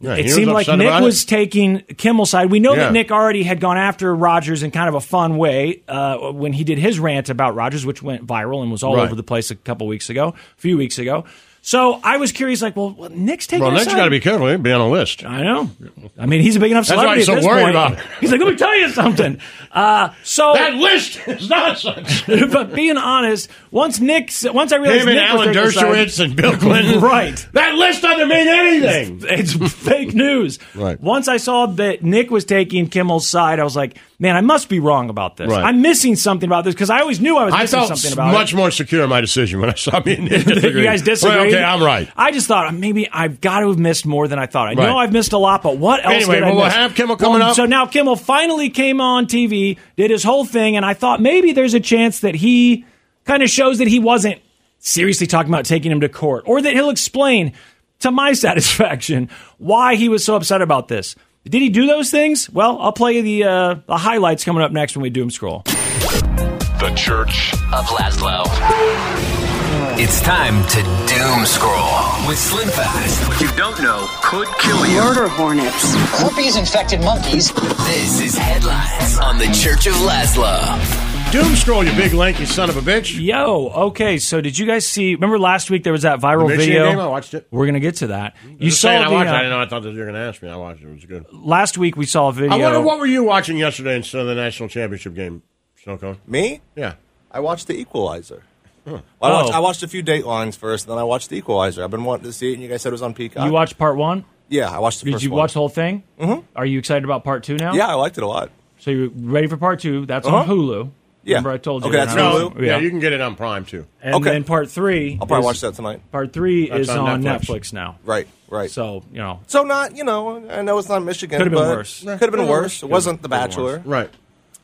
Yeah, he it was seemed like upset Nick about it. was taking Kimmel's side. We know Yeah. that Nick already had gone after Rogers in kind of a fun way uh, when he did his rant about Rogers, which went viral and was all Right. over the [LAUGHS] place a couple weeks ago, a few weeks ago. So I was curious, like, well, what- Nick's taking. Well, a Nick's side. got to be [LAUGHS] careful. He'd be on a list. I know. I mean, he's a big enough That's why celebrity he's so at this worried point. about it. [LAUGHS] He's like, let me tell you something. Uh, so That list is nonsense. [LAUGHS] but being honest, once Nick, once I realized Him and Nick was Alan taking a side- Dershowitz and Bill Clinton. [LAUGHS] right? That list doesn't mean anything. It's, it's [LAUGHS] fake news. Right. Once I saw that Nick was taking Kimmel's side, I was like, man, I must be wrong about this. Right. I'm missing something about this because I always knew I was I missing felt something about much it. more secure in my decision when I saw me and Nick [LAUGHS] you guys disagree. Well, okay, I'm right. I just thought maybe I've got to have missed more than I thought. I Right. know I've missed a lot, but what else? Anyway, did I well, we'll miss? have Kimmel coming Well, up. So now Kimmel finally came on TV, did his whole thing, and I thought maybe there's a chance that he kind of shows that he wasn't seriously talking about taking him to court, or that he'll explain to my [LAUGHS] satisfaction why he was so upset about this. Did he do those things? Well, I'll play you the uh, the highlights coming up next when we doom scroll. The Church of Laszlo. It's time to doom scroll with Slim Fast. What you don't know could kill you. Murder hornets, herpes infected monkeys. This is headlines on the Church of Laszlo. Doom scroll, you big lanky son of a bitch. Yo, okay. So did you guys see? Remember last week there was that viral Michigan video. game, I watched it. We're gonna get to that. You Just saw saying, I the, watched. it. uh, I didn't know. I thought that you were going to ask me. I watched it. It was good. last week we saw a video. I wonder what were you watching yesterday instead of the national championship game, Snowcone? Me? Yeah. Hmm. I watched The Equalizer. Well, I, Oh. watched, I watched a few Datelines first, and then I watched The Equalizer. I've been wanting to see it, and you guys said it was on Peacock. you watched part one. Yeah, I watched the Did first you one. watch the whole thing? Mm-hmm. Are you excited about part two now? Yeah, I liked it a lot. So you're ready for part two? That's on Uh-huh. Hulu. Yeah. Remember I told you. Okay, that's that I was- Hulu? Yeah, Yeah. you can get it on Prime too. and Okay. then part three. I'll probably is- watch that tonight. Part three That's is on on Netflix. Netflix now. Right, right. So, So you know. not, you know, I know it's not Michigan. Could've been but- worse. Could have been worse. It wasn't The Could've been worse. Bachelor. Right.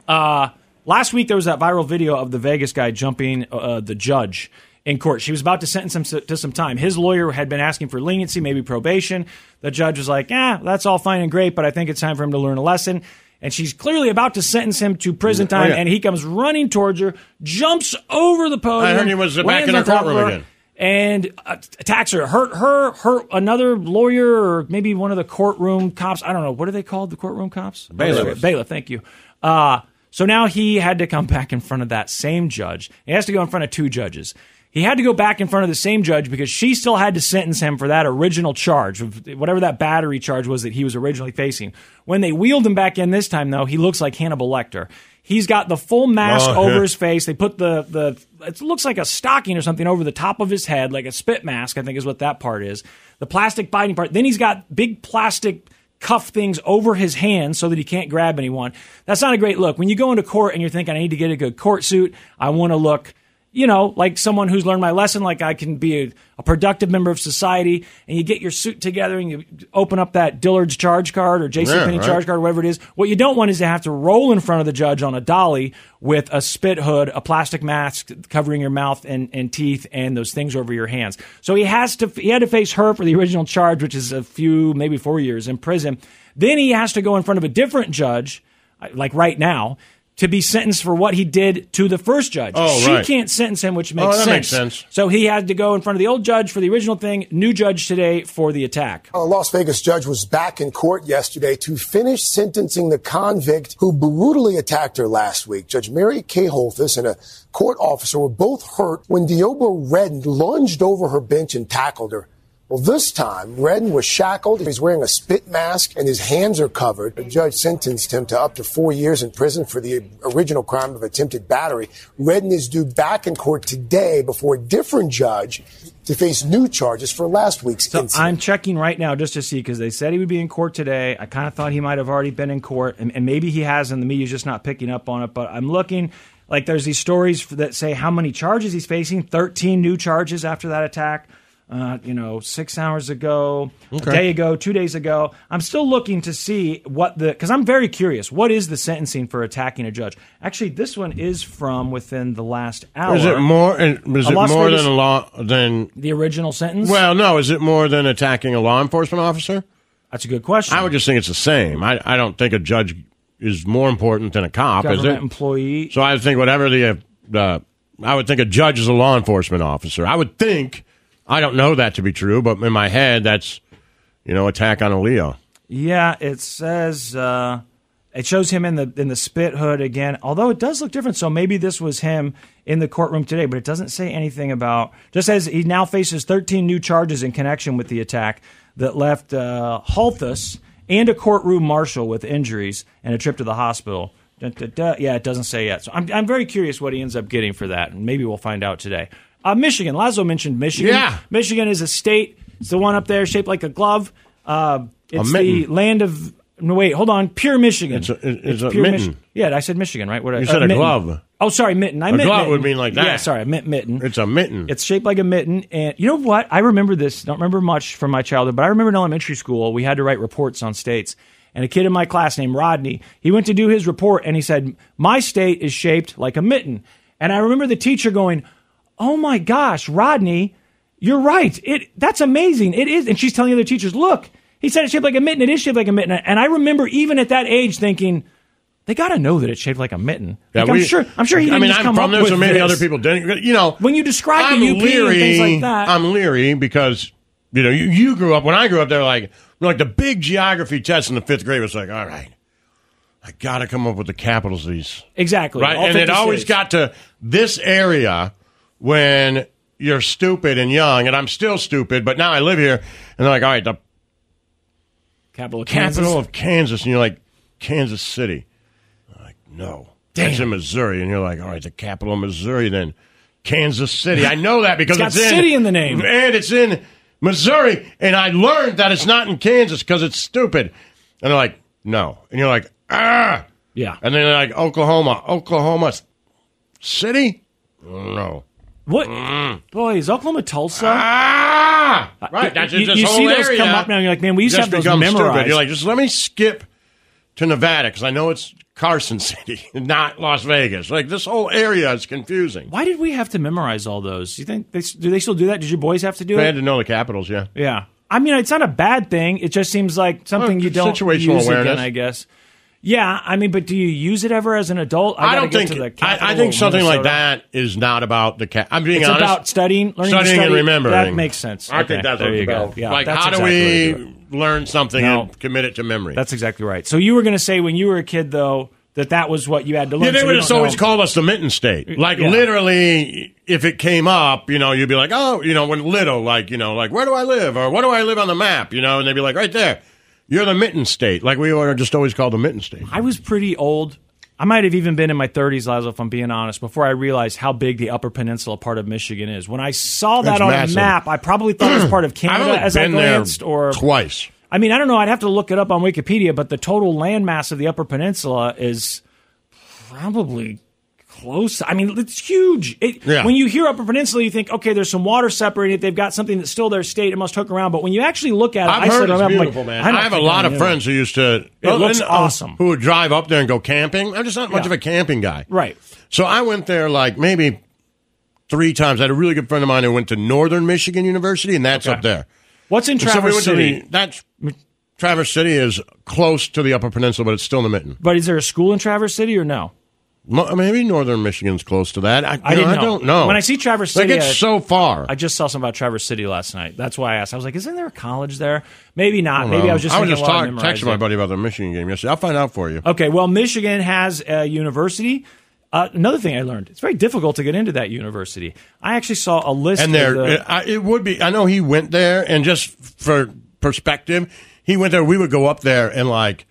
Uh, Last week there was that viral video of the Vegas guy jumping uh, the judge in court. She was about to sentence him to some time. His lawyer had been asking for leniency, maybe probation. The judge was like, "Yeah, that's all fine and great, but I think it's time for him to learn a lesson." And she's clearly about to sentence him to prison time, Oh, yeah. and he comes running towards her, jumps over the podium. I heard he was back lands in on her top of courtroom her, again. And uh, attacks her, hurt her, hurt another lawyer, or maybe one of the courtroom cops. I don't know. What are they called? The courtroom cops? Bailiffs. Bailiff, thank you. [LAUGHS] Uh, so now he had to come back in front of that same judge. He has to go in front of two judges. He had to go back in front of the same judge because she still had to sentence him for that original charge, of whatever that battery charge was that he was originally facing. When they wheeled him back in this time, though, he looks like Hannibal Lecter. He's got the full mask Oh, over yeah. his face. They put the the it looks like a stocking or something over the top of his head, like a spit mask. I think is what that part is. The plastic biting part. Then he's got big plastic cuff things over his hands so that he can't grab anyone. That's not a great look. When you go into court and you're thinking, I need to get a good court suit. I want to look. You know, like someone who's learned my lesson, like I can be a, a productive member of society, and you get your suit together and you open up that Dillard's charge card or Yeah, JCPenney right. charge card, whatever it is. What you don't want is to have to roll in front of the judge on a dolly with a spit hood, a plastic mask covering your mouth and, and teeth, and those things over your hands. So he has to he had to face her for the original charge, which is a few maybe four years in prison. Then he has to go in front of a different judge, like right now. To be sentenced for what he did to the first judge. Oh, she right. can't sentence him, which Oh, makes that sense. makes sense. So he had to go in front of the old judge for the original thing, new judge today for the attack. A Las Vegas judge was back in court yesterday to finish sentencing the convict who brutally attacked her last week. Judge Mary K. Holthus and a court officer were both hurt when Dioba Redden lunged over her bench and tackled her. Well, this time, Redden was shackled. He's wearing a spit mask and his hands are covered. The judge sentenced him to up to four years in prison for the original crime of attempted battery. Redden is due back in court today before a different judge to face new charges for last week's incident. I'm checking right now just to see because they said he would be in court today. I kind of thought he might have already been in court, and, and maybe he has, and the media's just not picking up on it. But I'm looking. Like there's these stories that say how many charges he's facing. 13 new charges after that attack. Uh, you know, six hours ago, Okay. a day ago, two days ago. I'm still looking to see what the because I'm very curious. What is the sentencing for attacking a judge? Actually, this one is from within the last hour. Is it more? Is A it Las more Vegas- than a law than? the original sentence? Well, no. Is it more than attacking a law enforcement officer? That's a good question. I would just think it's the same. I, I don't think a judge is more important than a cop, is government it? employee. So I think whatever the uh, I would think a judge is a law enforcement officer. I would think I don't know that to be true, but in my head that's you know attack on a Leo. Yeah, it says uh, it shows him in the in the spit hood again. Although it does look different, so maybe this was him in the courtroom today. But it doesn't say anything about. Just says he now faces 13 new charges in connection with the attack that left uh, Halthus and a courtroom marshal with injuries and a trip to the hospital. Dun, dun, dun. Yeah, it doesn't say yet. So I'm I'm very curious what he ends up getting for that, and maybe we'll find out today. Uh, Michigan. Lazo mentioned Michigan. Yeah. Michigan is a state. It's the one up there shaped like a glove. Uh, it's the mitten. land of no wait, hold on, pure Michigan. It's a- it- it's a pure mitten. Michi- yeah, I said Michigan, right? What You said a mitten. glove. Oh, sorry, mitten. I A meant glove mitten. would mean like that. Yeah, sorry, I meant mitten. It's a mitten. It's shaped like a mitten, and you know what? I remember this. Don't remember much from my childhood, but I remember in elementary school we had to write reports on states. And a kid in my class named Rodney, he went to do his report, and he said, "My state is shaped like a mitten." And I remember the teacher going, "Oh my gosh, Rodney, you're right. It that's amazing. It is." And she's telling the other teachers, "Look, he said it's shaped like a mitten. It is shaped like a mitten." And I remember even at that age thinking. They got to know that it's shaped like a mitten. Yeah, Like, we- I'm sure. I'm sure he didn't I mean, just I'm come from up there, with so maybe this. other people didn't. You know, When you describe I'm the UP leery. and things like that, I'm leery because you know you, you grew up when I grew up. They're like like the big geography test in the fifth grade was like, all right, I got to come up with the capitals of these Exactly. right, All and it 50 always states. got to this area when you're stupid and young, and I'm still stupid, but now I live here, and they're like, all right, the capital of capital Kansas. of Kansas, and you're like Kansas City. I'm like, no, Damn. that's in Missouri, and you're like, all right, the capital of Missouri, then Kansas City. I know that because It's got it's, city in the name. and it's in Missouri, and I learned that it's not in Kansas because it's stupid. And they're like, no, and you're like, ah, Yeah. and then they're like Oklahoma, Oklahoma City, no. What? Boy, is Oklahoma Tulsa? Uh, Ah, right. That's you, just you whole see those area come up now. And you're like, man, we used just to have those become memorized. Stupid. You're like, just let me skip to Nevada because I know it's Carson [LAUGHS] City, not Las Vegas. Like this whole area is confusing. Why did we have to memorize all those? You think they do they still do that? Did your boys have to do They it? had to know the capitals, yeah. Yeah. I mean, it's not a bad thing. It just seems like something Well, you don't situational use again, awareness. I guess. Yeah, I mean, but do you use it ever as an adult? I, gotta don't get think. to the capital I, I think of something like Minnesota. that is not about the cat. I'm being It's honest. about studying, learning to studying and study. remembering. That makes sense. I Okay, think that's there what it's you go. about. Yeah, like, that's how exactly do we learn something No. and commit it to memory? That's exactly right. So you were going to say when you were a kid, though, that that was what you had to learn. Yeah, they so would we have don't always know. called us the mitten state. Like Yeah. literally, if it came up, you know, you'd be like, oh, you know, when little, like you know, like where do I live or what do I live on the map, you know, and they'd be like, right there, you're the mitten state. Like we were just always called the mitten state. I was pretty old. I might have even been in my 30s, Lazo, if I'm being honest, before I realized how big the Upper Peninsula part of Michigan is. When I saw that That's on massive. a map, I probably thought it was part of I've Canada only as I been there glanced, or twice. I mean, I don't know. I'd have to look it up on Wikipedia, but the total landmass of the Upper Peninsula is probably close. I mean, it's huge. It, Yeah. When you hear Upper Peninsula, you think, okay, there's some water separating it. They've got something that's still their state. It must hook around. But when you actually look at it, I've I heard said, it's I'm like, beautiful, man. I don't I have a think I lot of knew. friends who used to. uh, It looks awesome. Who would drive up there and go camping? I'm just not much Yeah. of a camping guy, Right. So I went there like maybe three times. I had a really good friend of mine who went to Northern Michigan University, and that's Okay. up there. What's in And so we Traverse went to City? the- that's Traverse City is close to the Upper Peninsula, but it's still in the mitten. But is there a school in Traverse City or no? Mo- Maybe Northern Michigan's close to that. I, you I didn't I know. don't know. When I see Traverse like City, it's I- so far. I just saw something about Traverse City last night. That's why I asked. I was like, "Isn't there a college there?" Maybe not. don't Ah, Maybe know. I was just. I was thinking just while I talking, memorized texting my it. buddy about the Michigan game yesterday. I'll find out for you. Okay, well, Michigan has a university. Uh, another thing I learned: it's very difficult to get into that university. I actually saw a list. and of uh, there the, it, I, it would be i know he went there and just for perspective he went there we would go up there and like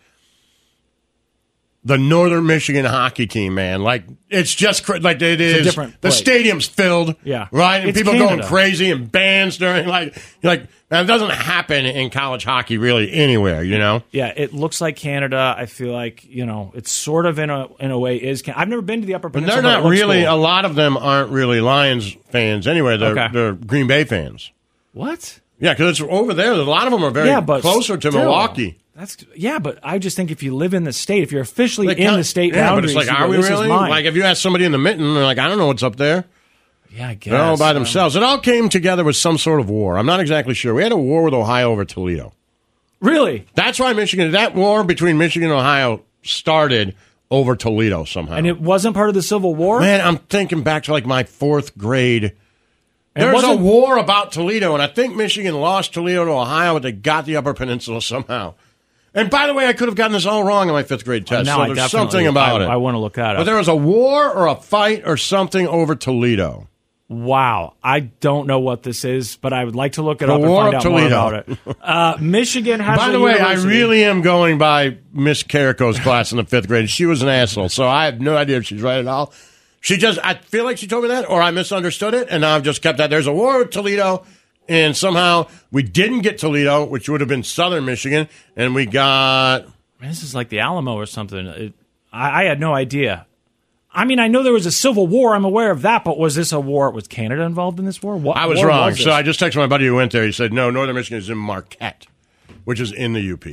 the northern michigan hockey team man like it's just cra- like it a is different the place. stadium's filled Yeah. right and It's people going Canada. crazy and bands during like like that doesn't happen in college hockey really anywhere you know yeah, it looks like Canada. I feel like you know, it's sort of in a in a way is. Can- I've never been to the Upper and they're Peninsula. but it not looks really cool. a lot of them aren't really lions fans anyway they're, Okay. they're green bay fans what? yeah because it's over there a lot of them are very yeah, but closer to still. milwaukee That's yeah, but I just think if you live in the state, if you're officially Like, in kinda- the state yeah, boundaries, but it's you like, go, are we this is really? mine. Like, if you ask somebody in the mitten, they're like, I don't know what's up there. yeah, I guess They're all by Um, themselves. It all came together with some sort of war. I'm not exactly sure. We had a war with Ohio over Toledo. Really? That's why Michigan. That war between Michigan and Ohio started over Toledo somehow. And it wasn't part of the Civil War? Man, I'm thinking back to like my fourth grade. And There was a wasn't- war about Toledo, and I think Michigan lost Toledo to Ohio, but they got the Upper Peninsula somehow. And by the way, I could have gotten this all wrong in my fifth grade test. now so Uh, I there's definitely- something about I- it. I wanna look that But up. there was a war or a fight or something over Toledo. Wow. I don't know what this is, but I would like to look it The up and War find of out more Toledo. about it. [LAUGHS] Uh, Michigan has by a the way, university. I really am going by Miss Carico's class in the fifth grade. She was an asshole, so I have no idea if she's right at all. She just, I feel like she told me that, or I misunderstood it, and I've just kept that. There's a war with Toledo, and somehow we didn't get Toledo, which would have been southern Michigan, and we got. Man, this is like the Alamo or something. It, I, I had no idea. I mean, I know there was a Civil War. I'm aware of that, but was this a war? Was Canada involved in this war? What I was war wrong, this? so I just texted my buddy who went there. He said, no, northern Michigan is in Marquette, which is in the UP.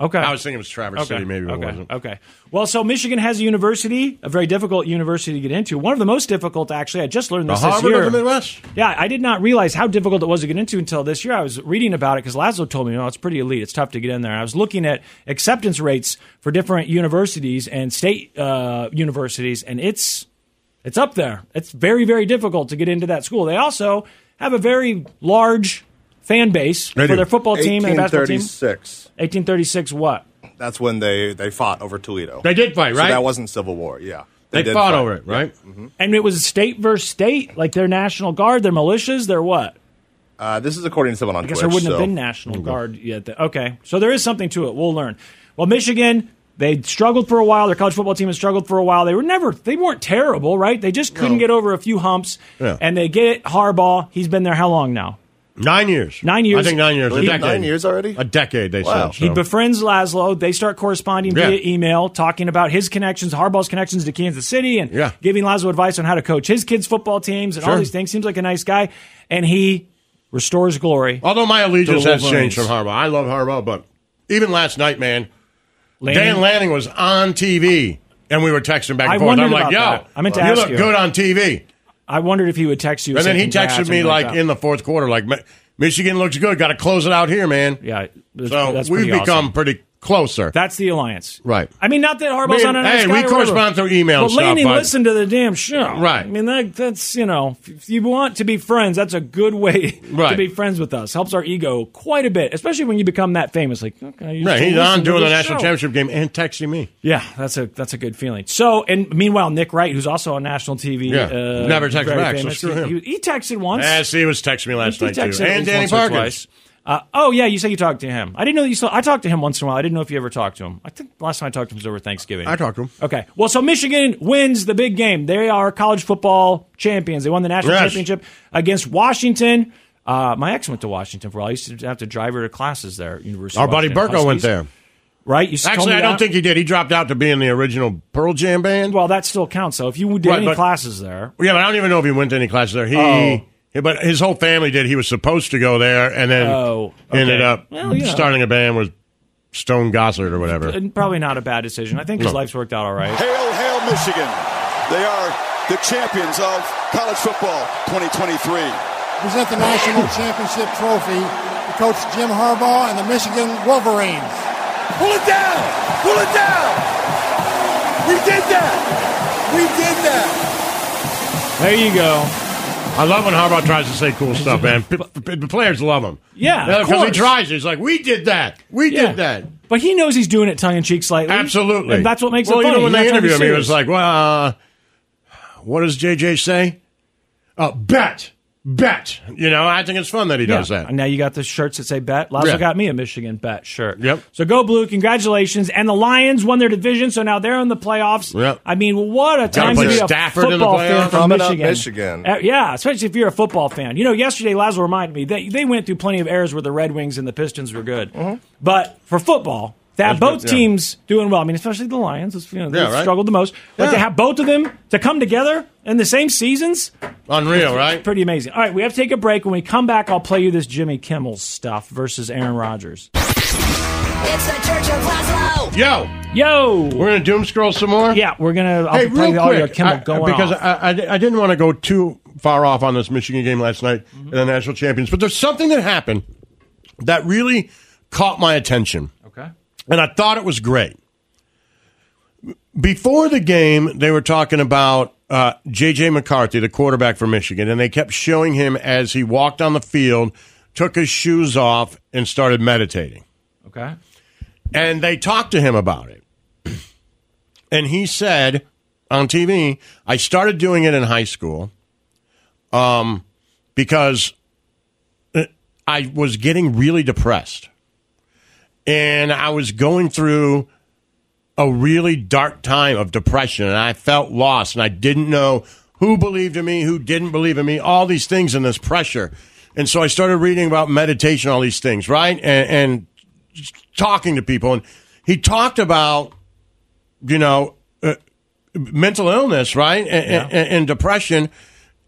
okay. I was thinking it was Traverse City, maybe but okay. it wasn't. Okay. Well, so Michigan has a university, a very difficult university to get into. One of the most difficult, actually. I just learned The this this Harvard year. of the Midwest? Yeah, I did not realize how difficult it was to get into until this year. I was reading about it because Laszlo told me, no, it's pretty elite. It's tough to get in there. And I was looking at acceptance rates for different universities and state uh, universities, and it's it's up there. It's very very difficult to get into that school. They also have a very large fan base They for do. their football team and basketball team. 1836. 1836 what? That's when they, they fought over Toledo. They did fight, So right? that wasn't Civil War, yeah. They, did fought fight. Mm-hmm. over it, right? And it was state versus state, like their National Guard, their militias, their what? Uh, this is according to someone on I guess Twitch. there wouldn't so- have been National Guard yet. th- Okay, so there is something to it. We'll learn. Well, Michigan, they struggled for a while. Their college football team has struggled for a while. They were never, they weren't terrible, right? They just couldn't get over a few humps, Yeah. and they get Harbaugh. He's been there how long now? Nine years. Nine years. I think nine years. A He- decade. Nine years already? A decade, they Wow. said. He so. befriends Laszlo. They start corresponding Yeah. via email, talking about his connections, Harbaugh's connections to Kansas City, and Yeah. giving Laszlo advice on how to coach his kids' football teams and all Sure. these things. Seems like a nice guy, and he restores glory. Although my allegiance To the has changed from Wolverines. Harbaugh. I love Harbaugh, but even last night, man, Landon- Dan Lanning was on TV, and we were texting back and I forth. wondered I'm like, about yo, that. I meant to you ask look you. good on TV. I wondered if he would text you. And then he saying congrats texted or me, something like, that. in the fourth quarter, like, "Mi- Michigan looks good. Got to close it out here, man. yeah. That's, so that's we've pretty become awesome. pretty Closer. That's the alliance. Right. I mean, not that Harbaugh's Me on and- a hey, nice guy we or correspond whatever. through email But and stuff, Laney, but- listen to the damn show. Right. I mean, that, that's you know, if you want to be friends, that's a good way [LAUGHS] to Right. be friends with us. Helps our ego quite a bit, especially when you become that famous. Like, okay, you Right, still he's listen on to doing the this national show. championship game and texting me. Yeah, that's a that's a good feeling. So, and meanwhile, Nick Wright, who's also on national TV, Yeah. uh, Never texted very back, so famous, screw he- him. He, he texted once. Ah, see, he was texting me last He night, texted too. at And least Danny once or Parker. twice. Uh, oh yeah, you say you talked to him. I didn't know that you saw. I talked to him once in a while. I didn't know if you ever talked to him. I think the last time I talked to him was over Thanksgiving. I talked to him. Okay. Well, so Michigan wins the big game. They are college football champions. They won the national Yes. championship against Washington. Uh, my ex went to Washington for a while. I used to have to drive her to classes there. at University. of Our buddy Washington. Burko went Huskies. there. Right? You told Actually, me I don't that. think he did. He dropped out to be in the original Pearl Jam band. Well, that still counts. So if you did Right, any but- classes there, Yeah, but I don't even know if he went to any classes there. He, Oh. yeah, but his whole family did. He was supposed to go there, and then Oh, okay. ended up Well, yeah. starting a band with Stone Gossard or whatever. and probably not a bad decision. I think his No. life's worked out all right. Hail, hail, Michigan. They are the champions of college football 2023. present the national championship trophy to Coach Jim Harbaugh and the Michigan Wolverines. Pull it down! Pull it down! We did that! We did that! There you go. I love when Harbaugh tries to say cool stuff, man. P- p- the players love him. Yeah, because of he course. tries. it. He's like, "We did that. We Yeah. did that." But he knows he's doing it tongue in cheek slightly. Absolutely. And that's what makes well, it funny. even when That's they how interviewed him, he serious. was like, "Well, uh, what does JJ say? Uh, bet, bet." You know, I think it's fun that he does Yeah. that. And now you got the shirts that say bet. Lazo Yeah. got me a Michigan bet shirt. Yep. So go blue, congratulations. And the Lions won their division, so now they're in the playoffs. Yep. I mean, what a time to play be a Stafford in the football fan playoffs. from Coming up Michigan. Michigan. Uh, yeah, especially if you're a football fan. You know, yesterday Lazo reminded me that they went through plenty of eras where the Red Wings and the Pistons were good. But for football, to have That's both good, yeah. teams doing well. I mean, especially the Lions, it's, you know, they Yeah, right. struggled the most. But Yeah. to have both of them to come together in the same seasons, Unreal, right? it's pretty amazing. All right, we have to take a break. When we come back, I'll play you this Jimmy Kimmel stuff versus Aaron Rodgers. It's the Church of Laszlo. Yo, yo, we're gonna doom scroll some more. Yeah, we're gonna. I'll hey, play real the quick, audio of Kimmel I- going because off. I, I, I didn't want to go too far off on this Michigan game last night Mm-hmm. in the national champions, but there's something that happened that really caught my attention. okay. and I thought it was great. Before the game, they were talking about uh, J.J. McCarthy, the quarterback for Michigan, and they kept showing him as he walked on the field, took his shoes off, and started meditating. Okay. And they talked to him about it. [CLEARS THROAT] And he said on TV, I started doing it in high school um, because uh, I was getting really depressed. And I was going through a really dark time of depression. And I felt lost. And I didn't know who believed in me, who didn't believe in me, all these things and this pressure. And so I started reading about meditation, all these things, right? And, and talking to people, and he talked about, you know, uh, mental illness, right, and, and, and depression,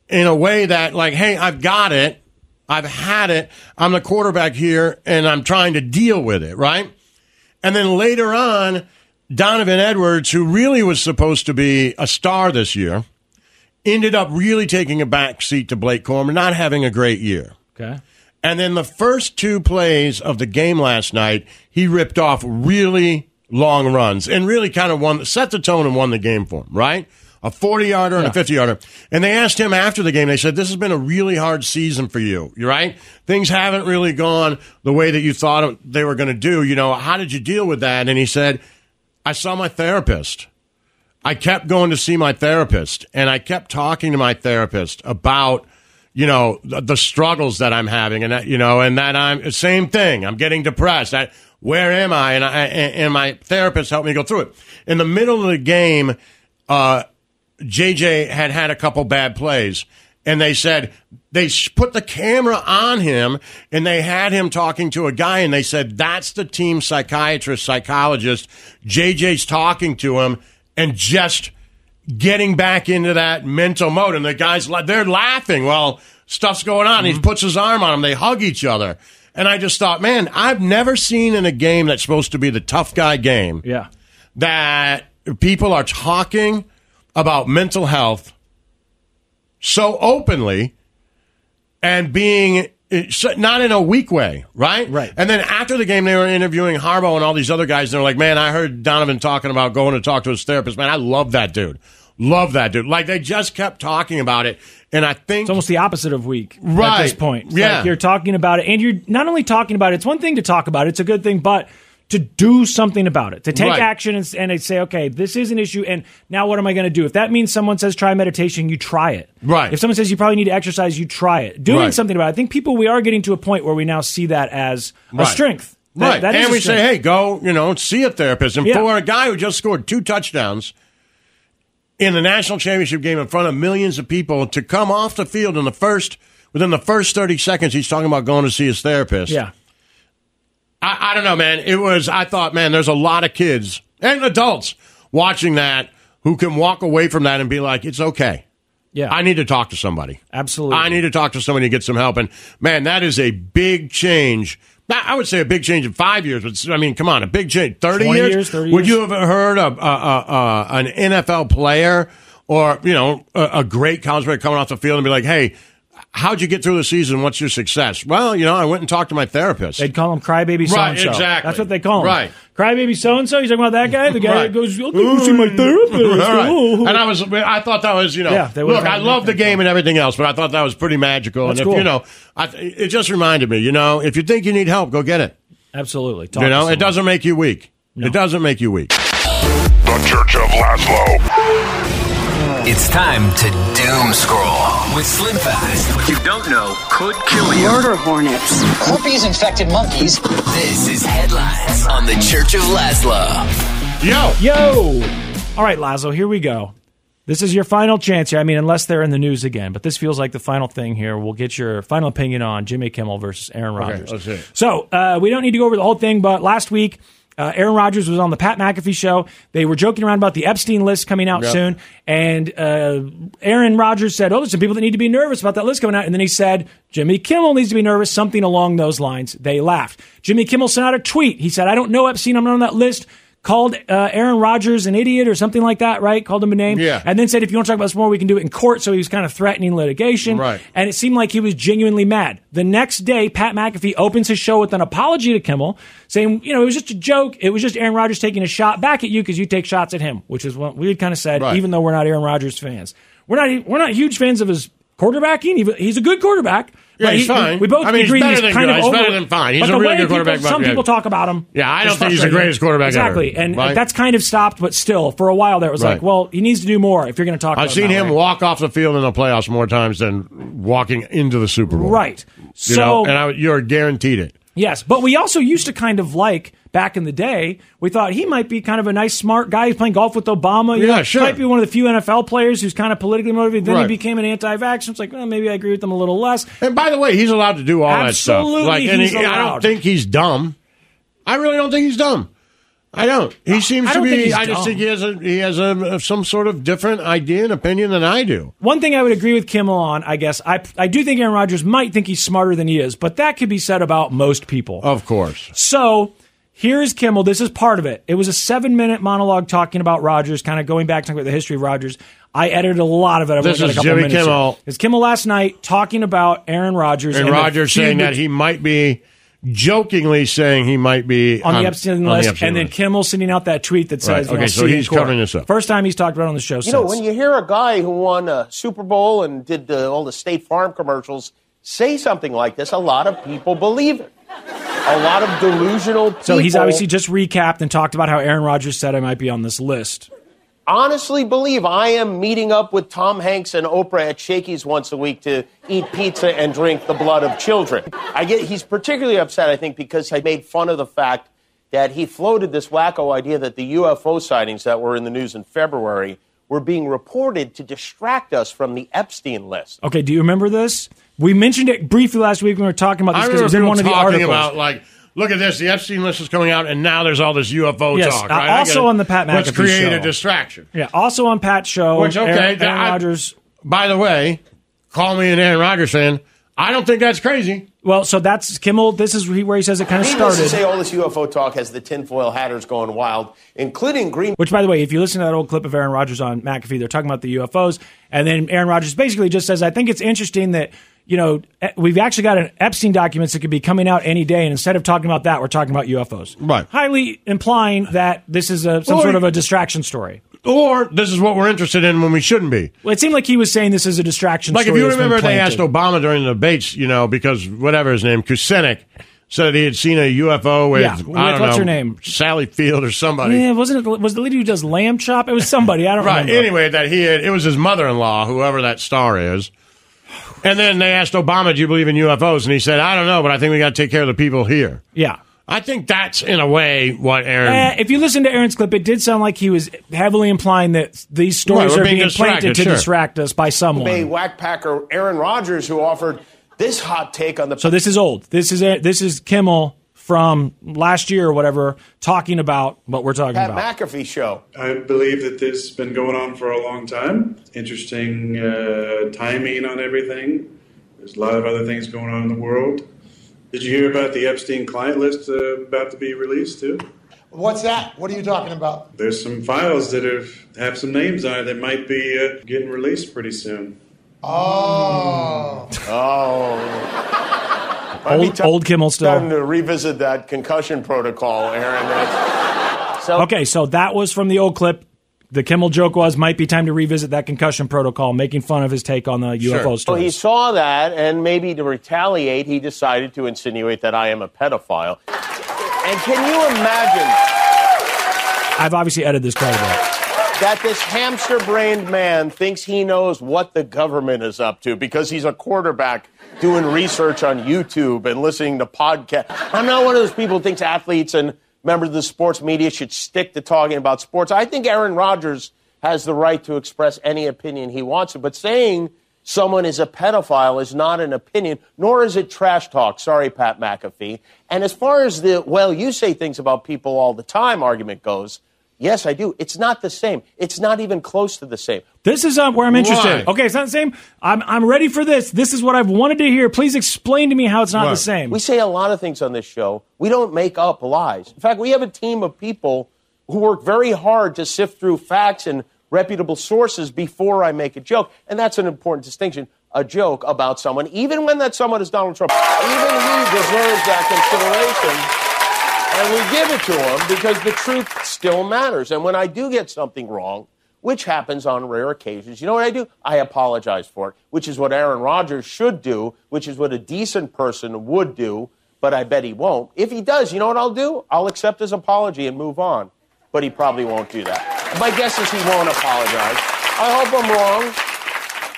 in a way that, like, hey, I've got it, I've had it, I'm the quarterback here, and I'm trying to deal with it, right? And then later on, Donovan Edwards, who really was supposed to be a star this year, ended up really taking a back seat to Blake Corman, not having a great year. Okay. And then the first two plays of the game last night, he ripped off really long runs and really kind of won, set the tone and won the game for him, right? A 40 yarder and a 50 yarder. And they asked him after the game, they said, This has been a really hard season for you, you right? Things haven't really gone the way that you thought they were going to do. You know, how did you deal with that? And he said, I saw my therapist. I kept going to see my therapist and I kept talking to my therapist about, you know, the, the struggles that I'm having and that, you know, and that I'm, same thing. I'm getting depressed. I, where am I? And I, and and my therapist helped me go through it. In the middle of the game, uh, JJ had had a couple bad plays, and they said they sh- put the camera on him and they had him talking to a guy, and they said that's the team psychiatrist, psychologist. JJ's talking to him and just getting back into that mental mode, and the guys la- they're laughing while stuff's going on. He puts his arm on him, they hug each other. And I just thought, man, I've never seen in a game that's supposed to be the tough guy game Yeah. that people are talking about mental health so openly and being it- so- not in a weak way, right? Right. And then after the game, they were interviewing Harbaugh and all these other guys, and they're like, "Man, I heard Donovan talking about going to talk to his therapist. Man, I love that dude. Love that dude. Like they just kept talking about it, and I think it's almost the opposite of weak right at this point. It's yeah, like you're talking about it, and you're not only talking about it. It's one thing to talk about; it, it's a good thing, but to do something about it, to take Right. action, and, s- and say, okay, this is an issue, and now what am I going to do? If that means someone says try meditation, you try it. Right. If someone says you probably need to exercise, you try it. Doing Right. something about it. I think people we are getting to a point where we now see that as a Right. strength. That- right. that is and a we strength. say, hey, go, you know, see a therapist. And Yeah. for a guy who just scored two touchdowns in the national championship game in front of millions of people to come off the field in the first, within the first 30 seconds, he's talking about going to see his therapist. yeah. I, I don't know, man. It was, I thought, man, there's a lot of kids and adults watching that who can walk away from that and be like, it's okay. Yeah. I need to talk to somebody. Absolutely. I need to talk to somebody to get some help. And man, that is a big change. Not- I would say a big change in five years, but I mean, come on, a big change. 30 20 years? years, 30 Would years. you have heard of uh, uh, uh, an NFL player or, you know, a, a great college player coming off the field and be like, hey, how'd you get through the season? What's your success? Well, you know, I went and talked to my therapist. They'd call him crybaby so Right, and so. exactly. That's what they call him. Right. [LAUGHS] [LAUGHS] Crybaby so and so. You talking about that guy? The guy Right. that goes, I'll go see my therapist. All [LAUGHS] right. Oh. And I was, I thought that was, you know, Yeah, they would've look, I had love the game and everything else, but I thought that was pretty magical. That's and if cool. you know, I, it just reminded me, you know, if you think you need help, go get it. Absolutely. you know, it doesn't make you weak. It doesn't make you weak. The Church of Laszlo. It's time to doom scroll with Slim Fast. What you don't know could kill you. Murder hornets. Herpes infected monkeys. This is Headlines on the Church of Laszlo. Yo. Yo. All right, Lazo, here we go. This is your final chance here. I mean, unless they're in the news again, but this feels like the final thing here. We'll get your final opinion on Jimmy Kimmel versus Aaron Rodgers. let's hear it. So uh, we don't need to go over the whole thing, but last week, uh, Aaron Rodgers was on the Pat McAfee show. They were joking around about the Epstein list coming out Yep. soon, and uh, Aaron Rodgers said, "Oh, there's some people that need to be nervous about that list coming out." And then he said, "Jimmy Kimmel needs to be nervous." Something along those lines. They laughed. Jimmy Kimmel sent out a tweet. He said, "I don't know Epstein. I'm not on that list." Called uh, Aaron Rodgers an idiot or something like that, right? Called him a name, Yeah. And then said, "If you want to talk about this more, we can do it in court." So he was kind of threatening litigation, Right. and it seemed like he was genuinely mad. The next day, Pat McAfee opens his show with an apology to Kimmel, saying, "You know, it was just a joke. It was just Aaron Rodgers taking a shot back at you because you take shots at him," which is what we had kind of said. Right. Even though we're not Aaron Rodgers fans, we're not e, we're not huge fans of his quarterbacking. He- He's a good quarterback. Yeah, but he's he- fine. We both I mean, he's agree better he's than kind good. of He's over- better than fine. He's but a the really way good people- quarterback, but Some yeah. people talk about him. Yeah, I It's don't think he's the frustrating. greatest quarterback ever. Exactly, and Right. that's kind of stopped. But still, for a while there, it was Right. like, well, he needs to do more if you're going to talk. about I've seen that him way. walk off the field in the playoffs more times than walking into the Super Bowl. Right. You so know, and I, you're guaranteed it. Yes, but we also used to kind of like back in the day. We thought he might be kind of a nice, smart guy. He's playing golf with Obama. You Yeah, know, sure. Might be one of the few NFL players who's kind of politically motivated. Then he Right. became an anti-vax. It's like well, maybe I agree with them a little less. And by the way, he's allowed to do all that Absolutely stuff. Like, and he's he- I don't allowed. think he's dumb. I really don't think he's dumb. I don't. He seems I don't to think be. he's I just dumb. think he has a he has a some sort of different idea and opinion than I do. One thing I would agree with Kimmel on, I guess, I I do think Aaron Rodgers might think he's smarter than he is, but that could be said about most people. Of course. So here's Kimmel. This is part of it. It was a seven minute monologue talking about Rogers, kind of going back talking about the history of Rogers. I edited a lot of it. I've This only got is a couple Jimmy minutes here. Kimmel. It's Kimmel last night talking about Aaron Rodgers And the Rogers feud saying that bet- he might be jokingly saying he might be on the Epstein on the list, Epstein and then list. Kimmel sending out that tweet that Right. says, uh, you know, Okay, so see you in he's court. covering this up. First time he's talked about it on the show. You know, when you hear a guy who won a Super Bowl and did uh, all the State Farm commercials say something like this, a lot of people believe it. A lot of delusional people. so he's obviously just recapped and talked about how Aaron Rodgers said I might be on this list. honestly believe I am meeting up with Tom Hanks and Oprah at Shakey's once a week to eat pizza and drink the blood of children. I get he's particularly upset, I think, because I made fun of the fact that he floated this wacko idea that the UFO sightings that were in the news in February were being reported to distract us from the Epstein list. Okay, do you remember this? We mentioned it briefly last week when we were talking about this I because it remember was in people one of the talking articles. about like, look at this, the Epstein list is coming out, and now there's all this UFO Yes, talk. uh, Right? I also gotta- on the Pat Let's McAfee create show. a distraction. Yeah. Also on Pat's show, Which okay, Aaron, Aaron I- Rodgers. By the way, call me an Aaron Rodgers fan. I don't think that's crazy. Well, so that's Kimmel. This is where he says it kind of Needless started. to say, all this UFO talk has the tinfoil hatters going wild, including Green. Which, by the way, if you listen to that old clip of Aaron Rodgers on McAfee, they're talking about the UFOs, and then Aaron Rodgers basically just says, "I think it's interesting that you know e- we've actually got an Epstein documents that could be coming out any day, and instead of talking about that, we're talking about UFOs." Right. Highly implying that this is a, some Or- sort of a distraction story. Or this is what we're interested in when we shouldn't be. Well, it seemed like he was saying this is a distraction. Like if story you that's been remember, they asked planted. Obama during the debates, you know, because whatever his name, Kucinich, said he had seen a UFO with, Yeah, I with- don't what's know, her name? Sally Field or somebody. Yeah, wasn't it? Was the lady who does lamb chop? It was somebody. I [LAUGHS] don't Right. remember. Anyway, that he had, it was his mother-in-law, whoever that star is. And then they asked Obama, "Do you believe in UFOs?" And he said, "I don't know, but I think we got to take care of the people here." Yeah. I think that's in a way what Aaron. Eh, if you listen to Aaron's clip, it did sound like he was heavily implying that these Right, stories we're are being being distracted, planted to sure. distract us by Bay someone. whack packer Aaron Rodgers, who offered this hot take on the So this is old. This is it. This is Kimmel from last year or whatever talking about what we're talking Pat about. McAfee show. I believe that this has been going on for a long time. Interesting uh, timing on everything. There's a lot of other things going on in the world. Did you hear about the Epstein client list uh, about to be released too? What's that? What are you talking about? There's some files that have, have some names on it that might be uh, getting released pretty soon. Oh. Oh. Might be Old, old Kimmel still. Time to revisit that concussion [LAUGHS] protocol, Aaron. That's- so Okay, so that was from the old clip. The Kimmel joke was might be time to revisit that concussion protocol, making fun of his take on the UFO So story. he saw that, and maybe to retaliate, he decided to insinuate that I am a pedophile. And can you imagine I've obviously edited this quite a bit. that this hamster brained man thinks he knows what the government is up to because he's a quarterback doing research on YouTube and listening to podcasts? I'm not one of those people who thinks athletes and members of the sports media should stick to talking about sports. I think Aaron Rodgers has the right to express any opinion he wants to, but saying someone is a pedophile is not an opinion, nor is it trash talk. Sorry, Pat McAfee. And as far as the, well, you say things about people all the time argument goes, yes, I do. It's not the same. It's not even close to the same. This is uh, where I'm interested. Right. Okay, it's not the same. I'm, I'm ready for this. This is what I've wanted to hear. Please explain to me how it's not the same. We say a lot of things on this show. We don't make up lies. In fact, we have a team of people who work very hard to sift through facts and reputable sources before I make a joke. And that's an important distinction. A joke about someone, even when that someone is Donald Trump, even he deserves that consideration. And we give it to him because the truth still matters. And when I do get something wrong, which happens on rare occasions, you know what I do? I apologize for it, which is what Aaron Rodgers should do, which is what a decent person would do, but I bet he won't. If he does, you know what I'll do? I'll accept his apology and move on. But he probably won't do that. My guess is he won't apologize. I hope I'm wrong.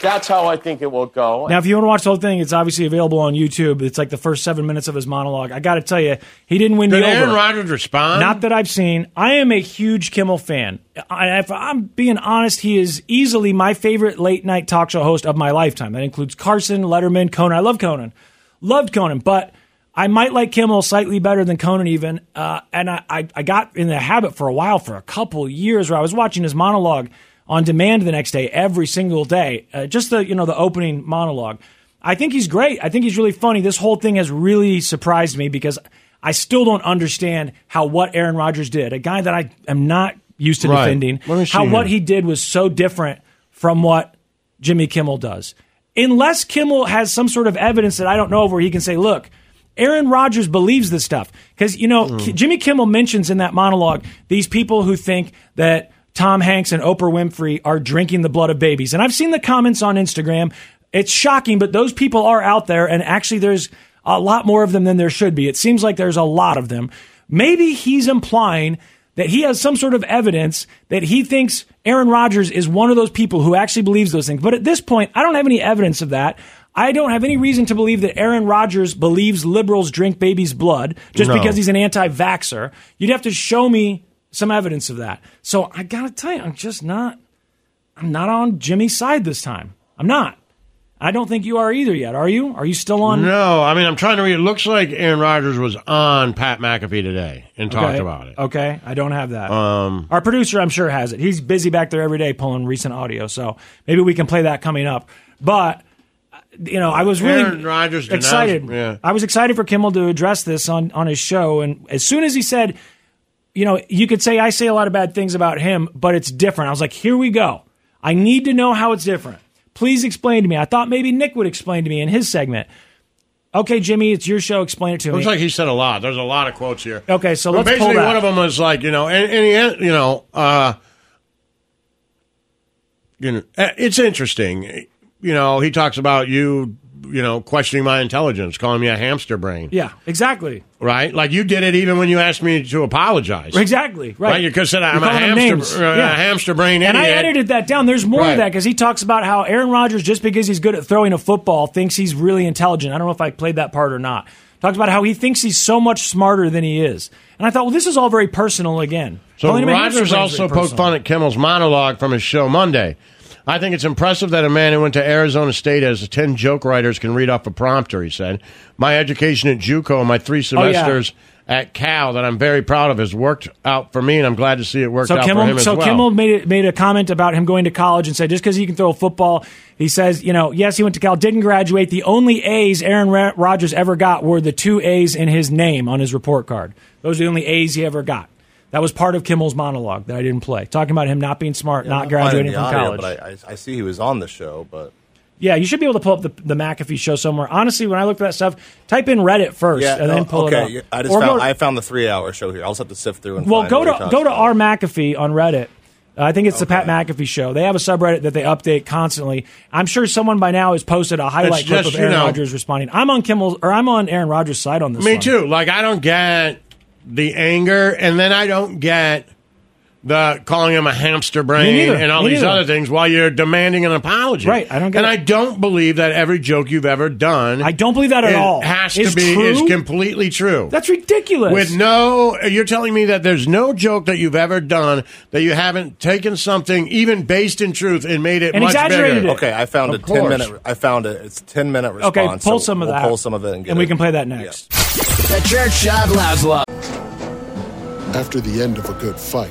That's how I think it will go. Now, if you want to watch the whole thing, it's obviously available on YouTube. It's like the first seven minutes of his monologue. I got to tell you, he didn't win Did me Aaron over. Rodgers respond? Not that I've seen. I am a huge Kimmel fan. I, if I'm being honest, he is easily my favorite late night talk show host of my lifetime. That includes Carson, Letterman, Conan. I love Conan. Loved Conan, but I might like Kimmel slightly better than Conan even. Uh, and I, I, I got in the habit for a while, for a couple years, where I was watching his monologue on demand the next day, every single day. Uh, just the you know the opening monologue. I think he's great. I think he's really funny. This whole thing has really surprised me because I still don't understand how what Aaron Rodgers did, a guy that I am not used to Right. defending, Let me see how what here. he did was so different from what Jimmy Kimmel does. Unless Kimmel has some sort of evidence that I don't know of where he can say, look, Aaron Rodgers believes this stuff. Because, you Mm. know, K- Jimmy Kimmel mentions in that monologue these people who think that Tom Hanks and Oprah Winfrey are drinking the blood of babies. And I've seen the comments on Instagram. It's shocking, but those people are out there, and actually, there's a lot more of them than there should be. It seems like there's a lot of them. Maybe he's implying that he has some sort of evidence that he thinks Aaron Rodgers is one of those people who actually believes those things. But at this point, I don't have any evidence of that. I don't have any reason to believe that Aaron Rodgers believes liberals drink babies' blood just No. because he's an anti vaxxer. You'd have to show me some evidence of that. So I got to tell you, I'm just not, I'm not on Jimmy's side this time. I'm not. I don't think you are either yet. Are you? Are you still on? No, I mean I'm trying to read. It looks like Aaron Rodgers was on Pat McAfee today and Okay. talked about it. Okay, I don't have that. Um, Our producer, I'm sure, has it. He's busy back there every day pulling recent audio, so maybe we can play that coming up. But you know, I was really Aaron Rodgers denounced- excited. yeah. I was excited for Kimmel to address this on on his show, and as soon as he said, you know, you could say I say a lot of bad things about him, but it's different. I was like, here we go. I need to know how it's different. Please explain to me. I thought maybe Nick would explain to me in his segment. Okay, Jimmy, it's your show. Explain it to Looks me. like he said a lot. There's a lot of quotes here. okay, so But let's basically pull that. one of them was like you know and, and he, you know uh you know eh, it's interesting you know he talks about you you know questioning my intelligence calling me a hamster brain yeah, exactly. right like you did it even when you asked me to apologize Exactly. Right. Right, you could've said, "I'm You're a calling them hamster- names. uh, a hamster brain And I idiot." edited that down. There's more Right. of that because he talks about how Aaron Rodgers, just because he's good at throwing a football, thinks he's really intelligent. I don't know if I played that part or not. Talks about how he thinks he's so much smarter than he is. And I thought, well, this is all very personal again. So Calling him a hamster Rogers brain is also very poked personal. fun at Kimmel's monologue from his show Monday. I think it's impressive that a man who went to Arizona State as 10 joke writers can read off a prompter, he said. My education at JUCO and my three Oh, yeah. semesters at Cal that I'm very proud of has worked out for me, and I'm glad to see it worked So out Kimmel, for him as so well. Kimmel made it, made a comment about him going to college and said just because he can throw a football, he says, you know, yes, he went to Cal, didn't graduate. The only A's Aaron Ra- Rodgers ever got were the two A's in his name on his report card. Those are the only A's he ever got. That was part of Kimmel's monologue that I didn't play, talking about him not being smart, not I'm graduating finding the from audio, college. But I, I, I see he was on the show, but yeah, you should be able to pull up the, the McAfee show somewhere. Honestly, when I look for that stuff, type in Reddit first yeah, and then no, pull okay. it yeah, up. I just Or go found, to- I found the three-hour show here. I'll just have to sift through and Well, find go what he to talks go to about. R McAfee on Reddit. I think it's the Pat McAfee show. They have a subreddit that they update constantly. I'm sure someone by now has posted a highlight It's clip just, of Aaron you know- Rodgers responding. I'm on Kimmel's or I'm on Aaron Rodgers' side on this. Me one. too. Like, I don't get the anger, and then I don't get the calling him a hamster brain neither. and all Me these neither. other things while you're demanding an apology. Right, I don't get And it. I don't believe that every joke you've ever done. I don't believe that at it all. Has Is to be true? is completely true. That's ridiculous. With no, you're telling me that there's no joke that you've ever done that you haven't taken something even based in truth and made it And much exaggerated bigger. it. Okay, I found Of a course. ten-minute. I found a it's ten-minute response. okay, pull so some of we'll that. Pull some of it, and, get we it. can play that next. The Church of Laszlo. After the end of a good fight,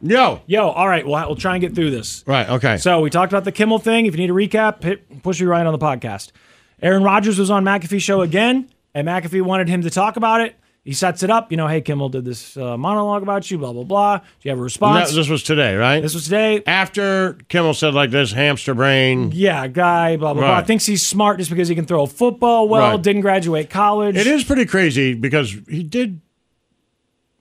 Yo. Yo, all right, we'll, we'll try and get through this. Right, okay. So we talked about the Kimmel thing. If you need a recap, hit push right on the podcast. Aaron Rodgers was on McAfee show again, and McAfee wanted him to talk about it. He sets it up, you know, hey, Kimmel did this uh, monologue about you, blah, blah, blah. Do you have a response? No, this was today, right? This was today. After Kimmel said like this hamster brain. yeah, guy, blah, blah, blah. Mm. Right. Thinks he's smart just because he can throw a football well, Right. didn't graduate college. It is pretty crazy because he did.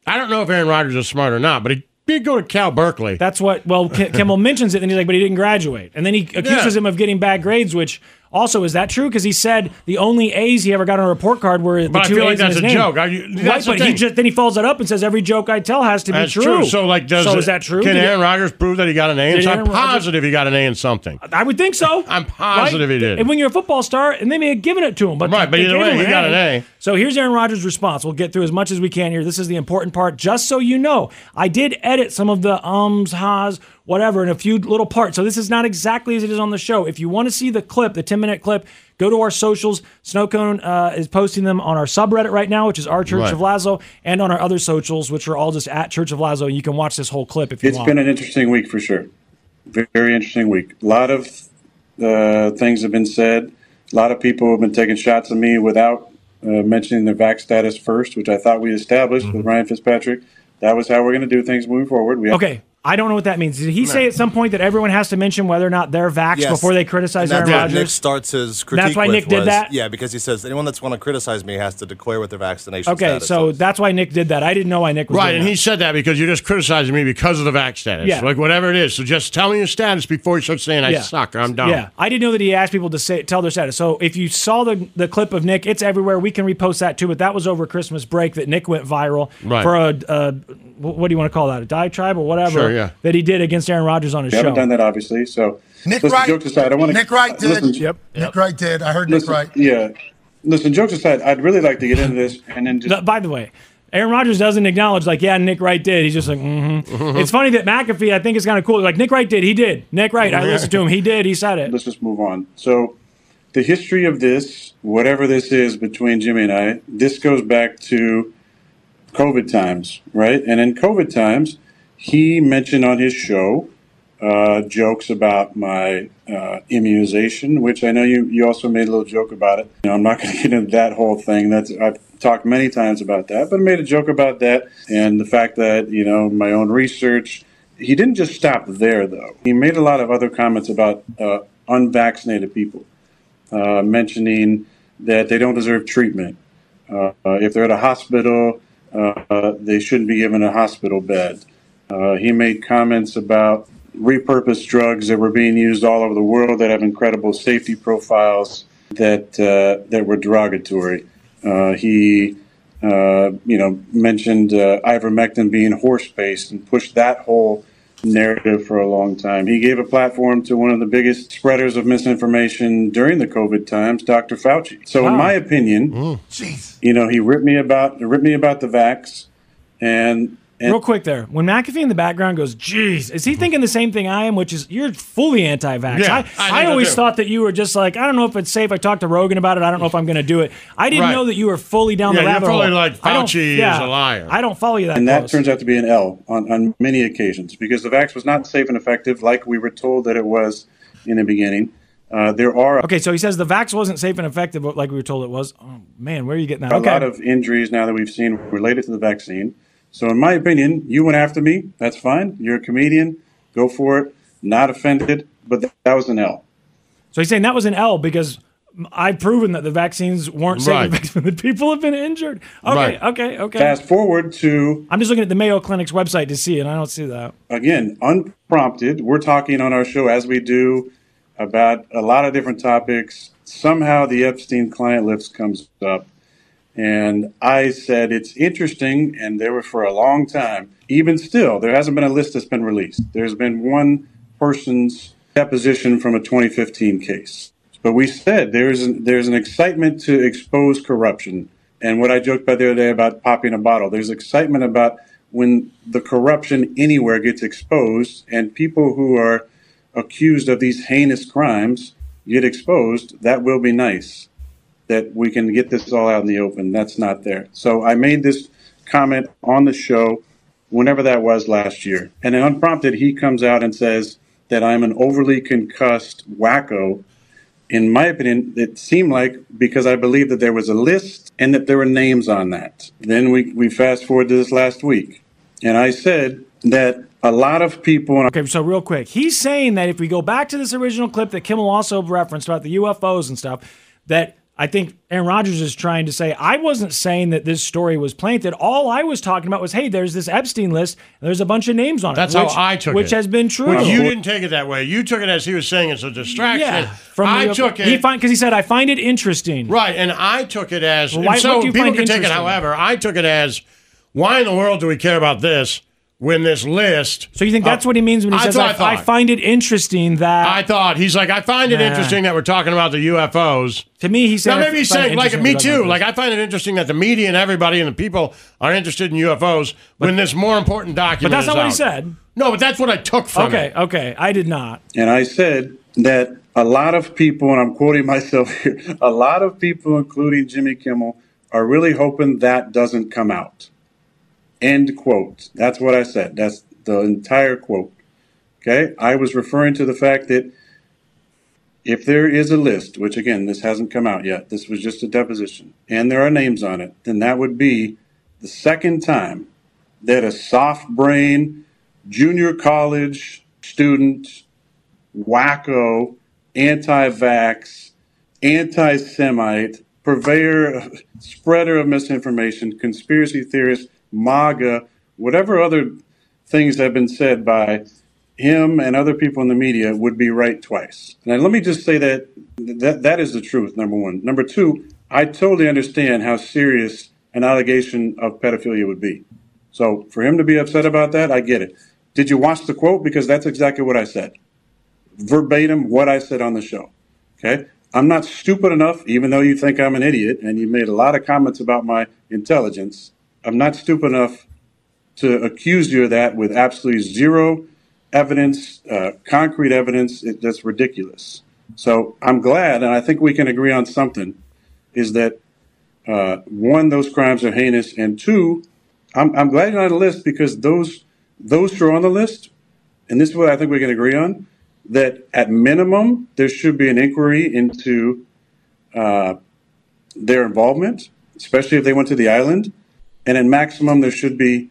I don't know if Aaron Rodgers is smart or not, but he did go to Cal Berkeley. That's what, [LAUGHS] well, Kim- Kimmel mentions it, and he's like, but he didn't graduate. And then he accuses Yeah. him of getting bad grades, which also, is that true? Because he said the only A's he ever got on a report card were the But I two feel like A's in that's his a name. joke. Are you- right, that's the but he thing. just, then he follows it up and says every joke I tell has to be That's true. So like, does so it- is that true? Can Did Aaron it- Rodgers prove that he got an A? Did And so I'm Aaron Rodgers- positive he got an A in something. I would [LAUGHS] think so. I'm positive he did. And when you're a football star, and they may have given it to him, but Right, but they either gave way, him he got an A. So here's Aaron Rodgers' response. We'll get through as much as we can here. This is the important part. Just so you know, I did edit some of the ums, ha's, whatever, in a few little parts. So this is not exactly as it is on the show. If you want to see the clip, the 10 minute clip, go to our socials. Snowcone uh, is posting them on our subreddit right now, which is our Church Right. of Lazo, and on our other socials, which are all just at Church of Lazo. You can watch this whole clip if you It's want. been an interesting week for sure. Very interesting week. A lot of uh, things have been said. A lot of people have been taking shots at me without uh, mentioning their vac Mm-hmm. status first, which I thought we established with Ryan Fitzpatrick. That was how we're going to do things moving forward. We have Okay, I don't know what that means. Did he say at some point that everyone has to mention whether or not they're vaxxed Yes. before they criticize And that's Aaron what Rodgers? Nick starts his critique. That's why with Nick did was- that? Yeah, because he says anyone that's going to criticize me has to declare what their vaccination. Okay, status so that's why Nick did that. I didn't know why Nick was Right, doing and he said that because you're just criticizing me because of the vax status. Yeah. Like whatever it is. So just tell me your status before you start saying I Yeah. suck or I'm that. dumb. Yeah, I didn't know that he asked people to say tell their status. So if you saw the the clip of Nick, it's everywhere. We can repost that too. But that was over Christmas break that Nick went viral Right. for a, a what do you want to call that a diatribe or whatever Sure, yeah. that he did against Aaron Rodgers on his We show. haven't done that, obviously. So, Nick listen, Wright- jokes aside, I want to. Nick Wright did. Listen, Yep. Nick Wright did. I heard listen, Nick Wright. Yeah. Listen, jokes aside, I'd really like to get into this and then just. Th- By the way, Aaron Rodgers doesn't acknowledge like, yeah, Nick Wright did. He's just like, mm-hmm. it's funny that McAfee. I think is kind of cool. Like Nick Wright did. He did. Nick Wright. I Yeah. listened to him. He did. He said it. Let's just move on. So, the history of this, whatever this is between Jimmy and I, this goes back to COVID times, right? And in COVID times, he mentioned on his show uh, jokes about my uh, immunization, which I know you, you also made a little joke about it. You know, I'm not going to [LAUGHS] get into that whole thing. That's I've talked many times about that, but I made a joke about that and the fact that you know my own research. He didn't just stop there, though. He made a lot of other comments about uh, unvaccinated people, uh, mentioning that they don't deserve treatment. Uh, uh, if they're at a hospital, uh, uh, they shouldn't be given a hospital bed. Uh, he made comments about repurposed drugs that were being used all over the world that have incredible safety profiles that uh, that were derogatory. Uh, he, uh, you know, mentioned uh, ivermectin being horse-based and pushed that whole narrative for a long time. He gave a platform to one of the biggest spreaders of misinformation during the COVID times, Dr. Fauci. So, in Ah. Wow. my opinion, Mm. Mm. you know, he ripped me about ripped me about the vax, and and Real quick there. When McAfee in the background goes, "Jeez," Mm-hmm. is he thinking the same thing I am, which is you're fully anti-vax. Yeah, I I, think I, I always do. thought that you were just like, I don't know if it's safe. I talked to Rogan about it. I don't know if I'm going to do it. I didn't Right. know that you were fully down Yeah, the you're rabbit probably hole. like, I don't- Fauci is a liar. I don't follow you that and that close. turns out to be an L on, on many occasions because the vax was not safe and effective like we were told that it was in the beginning. Uh, there are okay, so he says the vax wasn't safe and effective, but like we were told it was. Oh man, where are you getting that? a okay. lot of injuries now that we've seen related to the vaccine. So, in my opinion, you went after me. That's fine. You're a comedian. Go for it. Not offended, but th- that was an L. so he's saying that was an L because I've proven that the vaccines weren't safe. and Right. [LAUGHS] effective. The people have been injured. Okay, Right. okay, okay. Fast forward to I'm just looking at the Mayo Clinic's website to see, it, and I don't see that. again, unprompted. We're talking on our show as we do about a lot of different topics. Somehow the Epstein client list comes up. And I said, it's interesting. And there were for a long time, even still, there hasn't been a list that's been released. There's been one person's deposition from a 2015 case. But we said there's an, there's an excitement to expose corruption. And what I joked about the other day about popping a bottle, there's excitement about when the corruption anywhere gets exposed and people who are accused of these heinous crimes get exposed, that will be nice that we can get this all out in the open. That's not there. So I made this comment on the show whenever that was last year. And then unprompted, he comes out and says that I'm an overly concussed wacko. In my opinion, it seemed like because I believe that there was a list and that there were names on that. Then we, we fast forward to this last week. And I said that a lot of people, and Okay, so real quick, he's saying that if we go back to this original clip that Kimmel also referenced about the UFOs and stuff, that I think Aaron Rodgers is trying to say, I wasn't saying that this story was planted. All I was talking about was, hey, there's this Epstein list, and there's a bunch of names on That's it. how which- I took it. Which has been true. But you didn't take it that way. You took it as he was saying it's a distraction. Yeah, from I the- took it. He find because he said I find it interesting. Right, and I took it as Well, why- and so what do you people find can take it. interesting? However, I took it as why in the world do we care about this when this list? So you think that's what he means when he says I, I, I find it interesting that I thought he's like I find it Nah. interesting that we're talking about the UFOs. To me, he said, now "I maybe he's find it saying like interesting me that too. I'm- Like I find it interesting that the media and everybody and the people are interested in UFOs when this more important document. But is that's not what he out. said. No, but that's what I took from okay, it. okay, I did not. And I said that a lot of people, and I'm quoting [LAUGHS] myself here, a lot of people, including Jimmy Kimmel, are really hoping that doesn't come out. End quote. That's what I said. That's the entire quote. Okay. I was referring to the fact that if there is a list, which again, this hasn't come out yet, this was just a deposition, and there are names on it, then that would be the second time that a soft brain junior college student, wacko, anti vax, anti Semite, purveyor, spreader of misinformation, conspiracy theorist, MAGA, whatever other things have been said by him and other people in the media would be right twice. Now, let me just say that that, that is the truth, number one. Number two, I totally understand how serious an allegation of pedophilia would be. So for him to be upset about that, I get it. Did you watch the quote? Because that's exactly what I said. Verbatim what I said on the show. Okay? I'm not stupid enough, even though you think I'm an idiot and you made a lot of comments about my intelligence. I'm not stupid enough to accuse you of that with absolutely zero evidence, uh, concrete evidence. It, that's ridiculous. So I'm glad, and I think we can agree on something is that uh, one, those crimes are heinous, and two, I'm, I'm glad you're on the list because those those who are on the list, and this is what I think we can agree on, that at minimum there should be an inquiry into uh, their involvement, especially if they went to the island, and at maximum there should be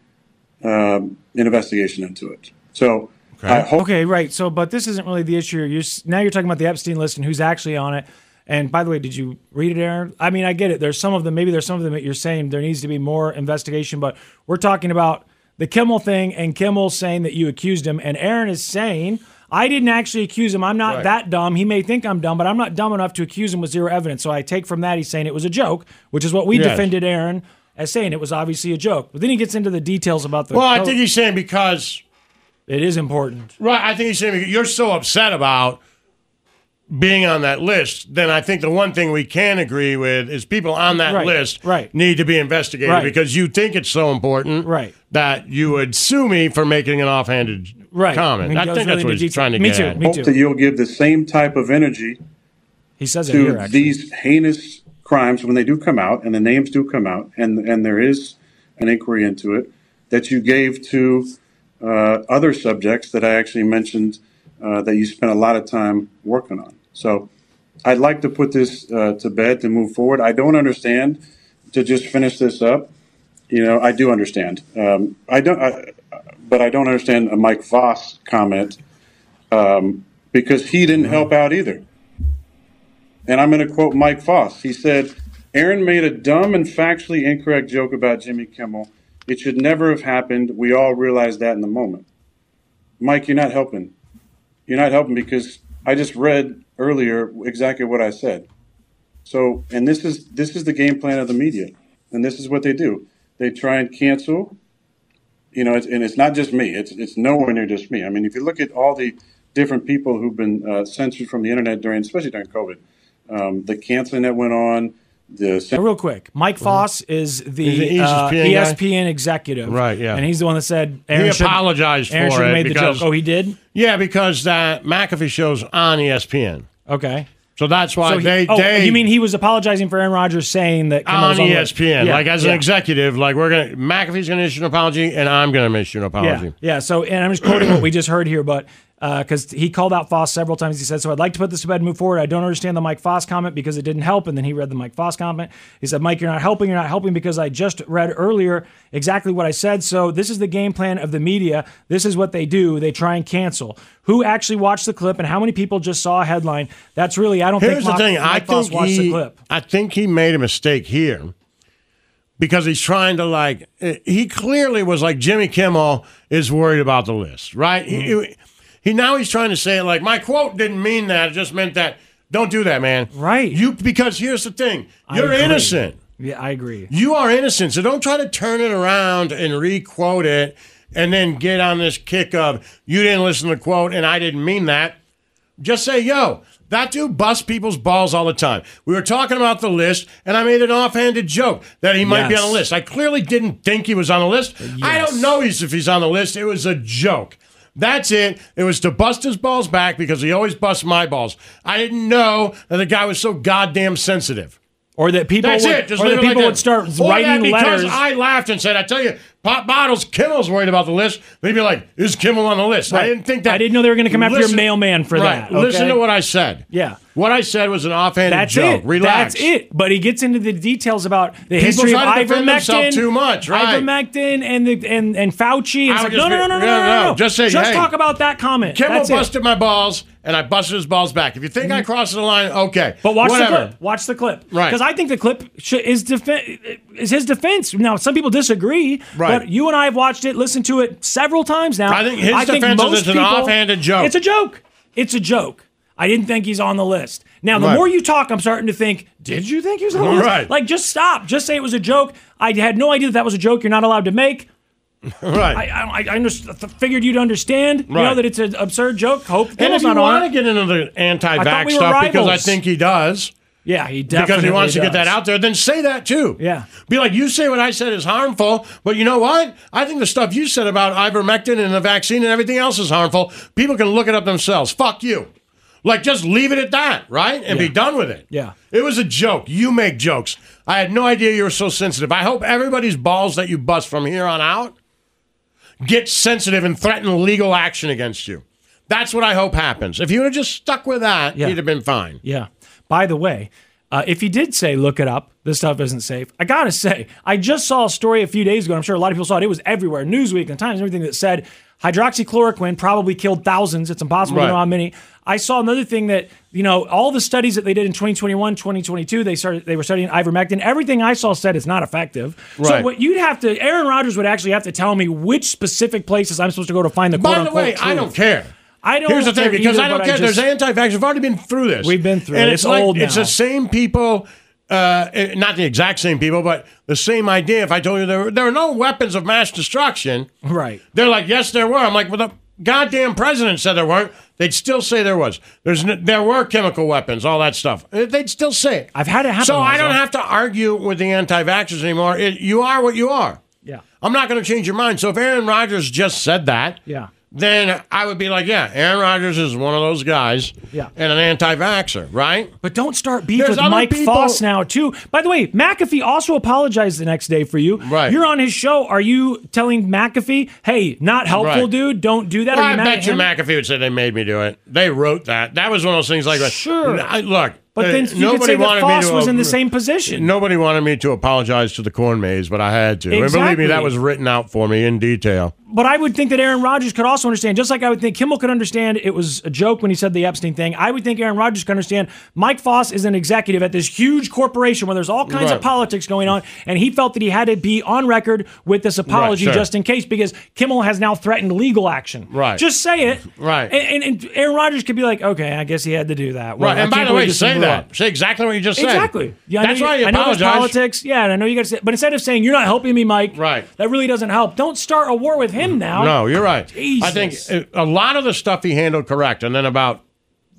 um, an investigation into it. So I hope okay, right. So, but this isn't really the issue. You're s- now you're talking about the Epstein list and who's actually on it. And by the way, did you read it, Aaron? I mean, I get it. There's some of them. Maybe there's some of them that you're saying there needs to be more investigation. But we're talking about the Kimmel thing and Kimmel saying that you accused him, and Aaron is saying. I didn't actually accuse him. I'm not Right. that dumb. He may think I'm dumb, but I'm not dumb enough to accuse him with zero evidence. So I take from that he's saying it was a joke, which is what we Yes. defended Aaron as saying it was obviously a joke. But then he gets into the details about the. Well, I co- think he's saying because it is important. Right. I think he's saying you're so upset about being on that list. Then I think the one thing we can agree with is people on that Right, list right. need to be investigated Right. because you think it's so important right. that you would sue me for making an offhanded Right. comment. He I goes think really that's what into he's detail. trying to Me get too, at. me hope that you'll give the same type of energy He says it to here. Actually. these heinous crimes when they do come out and the names do come out and and there is an inquiry into it that you gave to uh, other subjects that I actually mentioned uh, that you spent a lot of time working on. So I'd like to put this uh, to bed to move forward. I don't understand to just finish this up. You know, I do understand. Um, I don't, I, but I don't understand a Mike Voss comment um, because he didn't Mm-hmm. help out either. And I'm going to quote Mike Foss. He said, Aaron made a dumb and factually incorrect joke about Jimmy Kimmel. It should never have happened. We all realized that in the moment. Mike, you're not helping. You're not helping because I just read earlier exactly what I said. So, and this is this is the game plan of the media, and this is what they do. They try and cancel. You know, it's, and it's not just me. It's it's nowhere near just me. I mean, if you look at all the different people who've been uh, censored from the internet during, especially during COVID, um, the canceling that went on, the Now, real quick, Mike Foss is He's the the uh, ESPN guy? ESPN executive, Right, yeah. and he's the one that said Aaron he should- apologized Aaron for should it have made the because- joke. Oh, he did. Yeah, because that McAfee show's on E ESPN. Okay. So that's why So he- they oh, they you mean he was apologizing for Aaron Rodgers saying that Kimmel on E was on the- ESPN, Yeah, like as yeah. an executive, like we're gonna McAfee's gonna issue an apology and I'm gonna issue an apology. Yeah, yeah. So, and I'm just quoting what we just heard here, but because he called out Foss several times, he said, "So I'd like to put this to bed and move forward. I don't understand the Mike Foss comment because it didn't help." And then he read the Mike Foss comment. He said, "Mike, you're not helping. You're not helping because I just read earlier exactly what I said. So this is the game plan of the media. This is what they do. They try and cancel. Who actually watched the clip and how many people just saw a headline? That's really I don't Here's think the Mike, thing. Mike I Foss think watched he, the clip. I think he made a mistake here because he's trying to like. eh, He clearly was like Jimmy Kimmel is worried about the list, right? He- Mm-hmm. He, he- now he's trying to say it like my quote didn't mean that. It just meant that. Don't do that, man. Right. You because here's the thing. I You're agree. innocent. Yeah, I agree. You are innocent, so don't try to turn it around and re-quote it and then get on this kick of you didn't listen to the quote and I didn't mean that. Just say, yo, that dude busts people's balls all the time. We were talking about the list, and I made an offhanded joke that he might be Yes. on the list. I clearly didn't think he was on the list. I don't know he's, if he's on the list. It was a joke. That's it. It was to bust his balls back because he always busts my balls. I didn't know that the guy was so goddamn sensitive. Or that people That's would- it. Just or that leave it like people that. would start or that writing because letters. I laughed and said, "I tell you, Pop bottles. Kimmel's worried about the list. They'd be like, "Is Kimmel on the list?" I Right. didn't think that. I didn't know they were gonna come after your mailman for right. that, okay? Listen to what I said. Yeah. What I said was an offhanded That's joke. it. Relax. That's it. But he gets into the details about the People history of try to defend ivermectin themselves too much, right. Ivermectin and the and and Fauci. And I it's would like, just no, no, be- no, no, no, no, no, no, no, just say, just hey, talk about that comment. Kimmel That's it. busted my balls, and I busted his balls back. If you think I crossed the line, okay. Mm-hmm. But watch Whatever. the clip. Watch the clip. Right. Because I think the clip sh- is defen- is his defense. Now, some people disagree. Right. But you and I have watched it, listened to it several times now. I think his defense is most it's an offhanded joke. It's a joke. It's a joke. I didn't think he's on the list. Now, the Right. more you talk, I'm starting to think, did you think he was on the list? Right. Like, just stop. Just say it was a joke. I had no idea that, that was a joke you're not allowed to make. [LAUGHS] Right. I, I, I underst- figured you'd understand, you know, Right. that it's an absurd joke. Hope And if Kimmel's you not on want it. to get into the I thought anti-vax we were stuff, because I rivals. think he does, Yeah, he definitely because he wants to get does. that out there, then say that too. Yeah. Be like, you say what I said is harmful, but you know what? I think the stuff you said about ivermectin and the vaccine and everything else is harmful. People can look it up themselves. Fuck you. Like, just leave it at that, right? And be done with it. Yeah. It was a joke. You make jokes. I had no idea you were so sensitive. I hope everybody's balls that you bust from here on out get sensitive and threaten legal action against you. That's what I hope happens. If you would have just stuck with that, Yeah. you'd have been fine. Yeah. By the way, uh, if he did say, look it up, this stuff isn't safe, I got to say, I just saw a story a few days ago. and I'm sure a lot of people saw it. It was everywhere Newsweek and Times, everything that said hydroxychloroquine probably killed thousands. It's impossible Right. to know how many. I saw another thing that, you know, all the studies that they did in 2021, 2022, they started they were studying ivermectin. Everything I saw said it's not effective. So Right. what you'd have to Aaron Rodgers would actually have to tell me which specific places I'm supposed to go to find the quote By the unquote way, I truth. don't care. I don't Here's the thing, care because either, I don't but care. just- There's anti-vaxxers. We've already been through this. We've been through and it. It's, It's like, old It's now. the same people. Uh, eh, not the exact same people, but the same idea. If I told you there were, there were no weapons of mass destruction, Right. they're like, yes, there were. I'm like, well, the goddamn president said there weren't. They'd still say there was. There's n- there were chemical weapons, all that stuff. Eh, They'd still say it. I've had it happen. So I don't Lonzo. have to argue with the anti-vaxxers anymore. It, you are what you are. Yeah. I'm not going to change your mind. So if Aaron Rodgers just said that, Yeah. then I would be like, yeah, Aaron Rodgers is one of those guys Yeah. and an anti-vaxxer, right? But don't start beef There's with other Mike people- Foss now, too. By the way, McAfee also apologized the next day for you. Right. You're on his show. Are you telling McAfee, hey, not helpful, Right. dude? Don't do that. Well, Are you I mad bet at you him? McAfee would say they made me do it. They wrote that. That was one of those things like that. Sure. I- look, But uh, then you could nobody say that wanted me Foss to, was in the uh, same position. Nobody wanted me to apologize to the corn maze, but I had to. And believe me, Exactly. that was written out for me in detail. But I would think that Aaron Rodgers could also understand, just like I would think Kimmel could understand it was a joke when he said the Epstein thing. I would think Aaron Rodgers could understand Mike Foss is an executive at this huge corporation where there's all kinds of Right. politics going on, and he felt that he had to be on record with this apology sure. just in case because Kimmel has now threatened legal action. Right. Just say it. Right. And, and, and Aaron Rodgers could be like, okay, I guess he had to do that. Well, right. I And by can't the believe way, this say blew that. up. Say exactly what you just said. Exactly. Yeah, I That's know why you, you I know it's apologized. politics. Yeah, and I know you got to say, but instead of saying you're not helping me, Mike, Right. Mm-hmm. That really doesn't help. Don't start a war with him now. No, you're right. Jesus. I think uh, a lot of the stuff he handled correct, and then about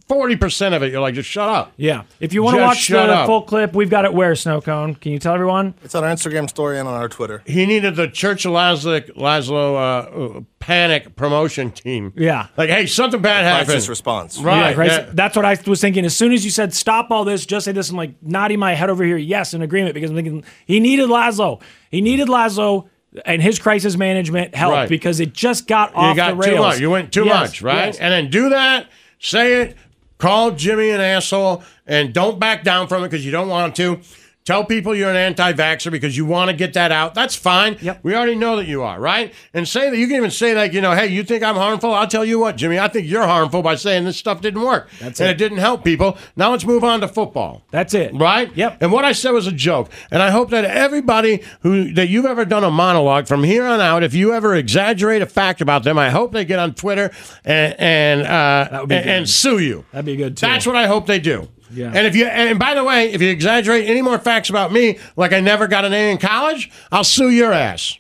forty percent of it, you're like, just shut up. Yeah. If you want to Just watch the shut up. full clip, we've got it where snow cone. Can you tell everyone? It's on our Instagram story and on our Twitter. He needed the Church of Laszlo, Laszlo uh, uh, panic promotion team. Yeah. Like, hey, something bad happened. Crisis response. Right. Yeah, crisis- yeah. That's what I was thinking. As soon as you said stop all this, just say this. I'm like nodding my head over here, yes, in agreement, because I'm thinking he needed Laszlo. He needed Laszlo and his crisis management help Right. because it just got you off got the rails. too much. You went too Yes, much, right? yes. And then do that. Say it. Call Jimmy an asshole, and don't back down from it because you don't want to. Tell people you're an anti-vaxxer because you want to get that out. That's fine. Yep. We already know that you are, right? And say that you can even say like, you know, hey, you think I'm harmful? I'll tell you what, Jimmy, I think you're harmful by saying this stuff didn't work That's and it. it didn't help people. Now let's move on to football. That's it. Right? Yep. And what I said was a joke. And I hope that everybody who that you've ever done a monologue from here on out, if you ever exaggerate a fact about them, I hope they get on Twitter and and uh, would and, be good. and sue you. That'd be good too. That's what I hope they do. Yeah. And if you and by the way, if you exaggerate any more facts about me, like I never got an A in college, I'll sue your ass.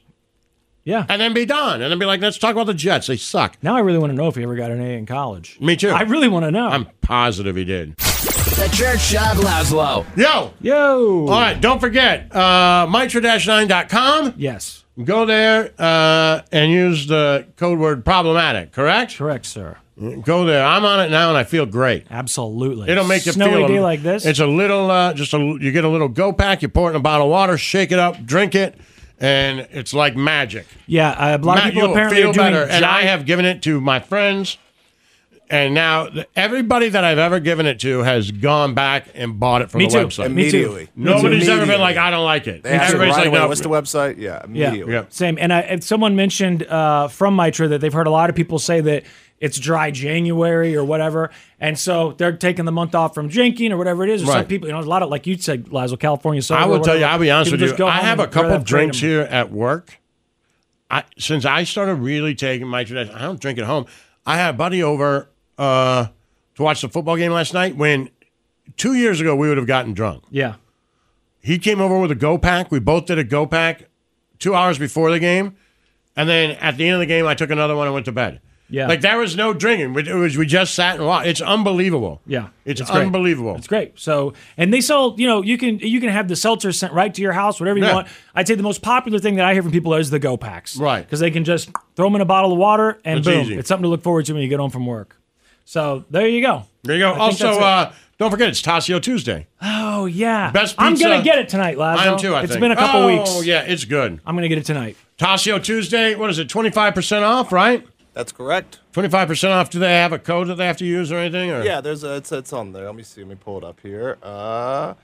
Yeah. And then be done. And then be like, let's talk about the Jets. They suck. Now I really want to know if he ever got an A in college. Me too. I really want to know. I'm positive he did. The Church of Laszlo. Yo. Yo. All right, don't forget, uh, mitra-9.com. Yes. Go there uh, and use the code word problematic, correct? Correct, sir. Go there. I'm on it now and I feel great. Absolutely. It'll make you Snowy feel day like this. It's a little, uh, just a, you get a little go pack, you pour it in a bottle of water, shake it up, drink it, and it's like magic. Yeah, uh, a lot Matt, of people you'll apparently feel are doing better. and I giant- have given it to my friends, and now th- everybody that I've ever given it to has gone back and bought it from Me the too. website. Immediately. Me too. Nobody's ever Immediately. been like, I don't like it. They asked Everybody's right like, away, no. what's the website? Yeah, immediately. Yeah, same. And I, and someone mentioned uh, from Mitra that they've heard a lot of people say that it's dry January or whatever, and so they're taking the month off from drinking or whatever it is. Or Some Right. people, you know, a lot of like you said, Lazo, California. sober I or will tell you. whatever. I'll be honest People with just you. go I home have a and grab couple that drinks freedom. here at work. I since I started really taking my tradition, I don't drink at home. I had a buddy over uh, to watch the football game last night. When two years ago we would have gotten drunk. Yeah. He came over with a go pack. We both did a go pack two hours before the game, and then at the end of the game, I took another one and went to bed. Yeah. like there was no drinking. It was we just sat and watched. It's unbelievable. Yeah, It's great. unbelievable. It's great. So, and they sell, you know, you can you can have the seltzer sent right to your house, whatever you Yeah. want. I'd say the most popular thing that I hear from people is the go packs, Right. Because they can just throw them in a bottle of water and It's boom, easy. it's something to look forward to when you get home from work. So there you go. There you go. I think also, that's it. uh, don't forget it's Tasio Tuesday. oh yeah, Best I'm pizza- gonna get it tonight, Lazo. I am too. I It's think. been a couple oh, weeks. yeah, it's good. I'm gonna get it tonight. Tasio Tuesday. What is it? Twenty five percent off, right? That's correct. Twenty five percent off. Do they have a code that they have to use or anything? Or? Yeah, there's a, it's, it's on there. Let me see. Let me pull it up here. Uh,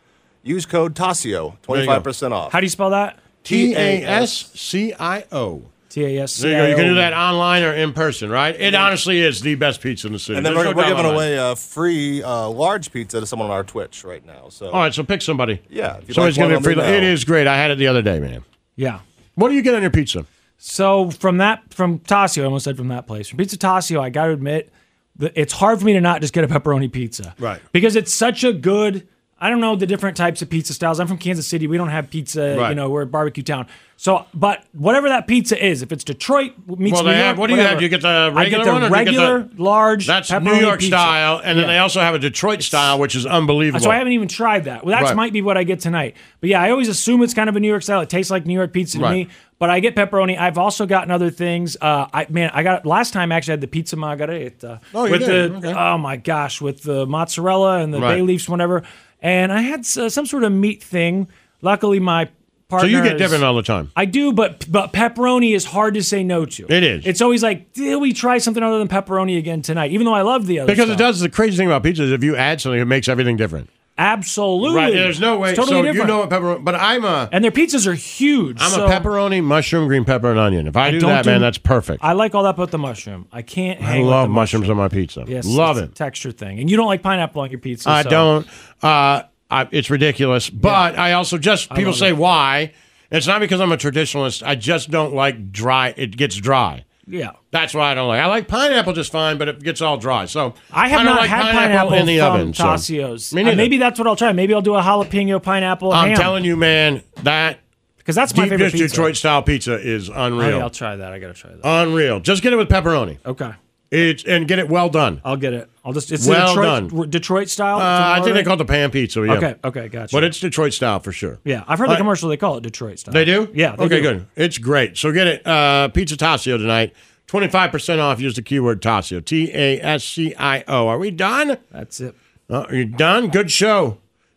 use code TASIO, There you go. 25% off. How do you spell that? T A S C I O. T A S. There you go. You can do that online or in person, right? It honestly is the best pizza in the city. And then There's we're, no we're doubt giving about away a free uh, large pizza to someone on our Twitch right now. So it. All right, so pick somebody. Yeah, if you'd So like it's going to be one, a free. let me know. It is great. I had it the other day, man. Yeah. What do you get on your pizza? So from that, from Tasio, I almost said from that place, from Pizza Tasio, I got to admit, that it's hard for me to not just get a pepperoni pizza, Right. Because it's such a good. I don't know the different types of pizza styles. I'm from Kansas City. We don't have pizza. You Right. know, we're a barbecue town. So, but whatever that pizza is, if it's Detroit meets well, New they York, have. What do you whatever, have? Do you get the I get regular the one? Or do regular you get the, large. That's New pepperoni York pizza. style, and then Yeah. they also have a Detroit style, which is unbelievable. So I haven't even tried that. Well, that Right. might be what I get tonight. But yeah, I always assume it's kind of a New York style. It tastes like New York pizza to Right. me. But I get pepperoni. I've also gotten other things. Uh, I man, I got last time I actually had the pizza margarita uh, Oh, you with did. the Okay. oh my gosh with the mozzarella and the Right. bay leaves, whatever. And I had uh, some sort of meat thing. Luckily, my so partner. you get is- different all the time. I do, but but pepperoni is hard to say no to. It is. It's always like, did we try something other than pepperoni again tonight? Even though I love the other Because it stuff. does the crazy thing about pizza is if you add something, it makes everything different. Absolutely. Right? There's no way. It's totally so different. you know what pepperoni? But I'm a and their pizzas are huge. I'm so a pepperoni, mushroom, green pepper, and onion. If I, I do don't that, do- man, that's perfect. I, I like all that but the mushroom. I can't hang with love the mushrooms on my pizza. Yes, love it's it. A texture thing. And you don't like pineapple on your pizza. I so- don't. Uh, I, it's ridiculous. But I also just I people love say it. why. It's not because I'm a traditionalist. I just don't like dry. It gets dry. Yeah. That's why I don't like. I like pineapple just fine, but it gets all dry. So I have don't not like had pineapple, in the from oven. so- Tasio's. Me Uh, neither. maybe that's what I'll try. Maybe I'll do a jalapeno pineapple I'm ham. telling you, man, that because that's my deep favorite dish pizza. Detroit style pizza is Okay, unreal. I'll try that. I gotta try that. Unreal. Just get it with pepperoni. Okay, It's and get it well done. I'll get it. I'll just it's the Well Detroit, done. Detroit style. Uh, I think they call it the pan pizza. Yeah. Okay, okay, gotcha. But it's Detroit style for sure. yeah, I've heard All the right. commercial. They call it Detroit style. They do? Yeah. They okay, do. good. It's great. So get it, uh, Pizza Tasio tonight. 25% off. Use the keyword Tasio. T A S C I O. Are we done? That's it. Uh, are you done? Good show,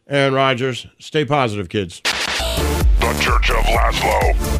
Aaron Rodgers. Stay positive, kids. The Church of Laszlo.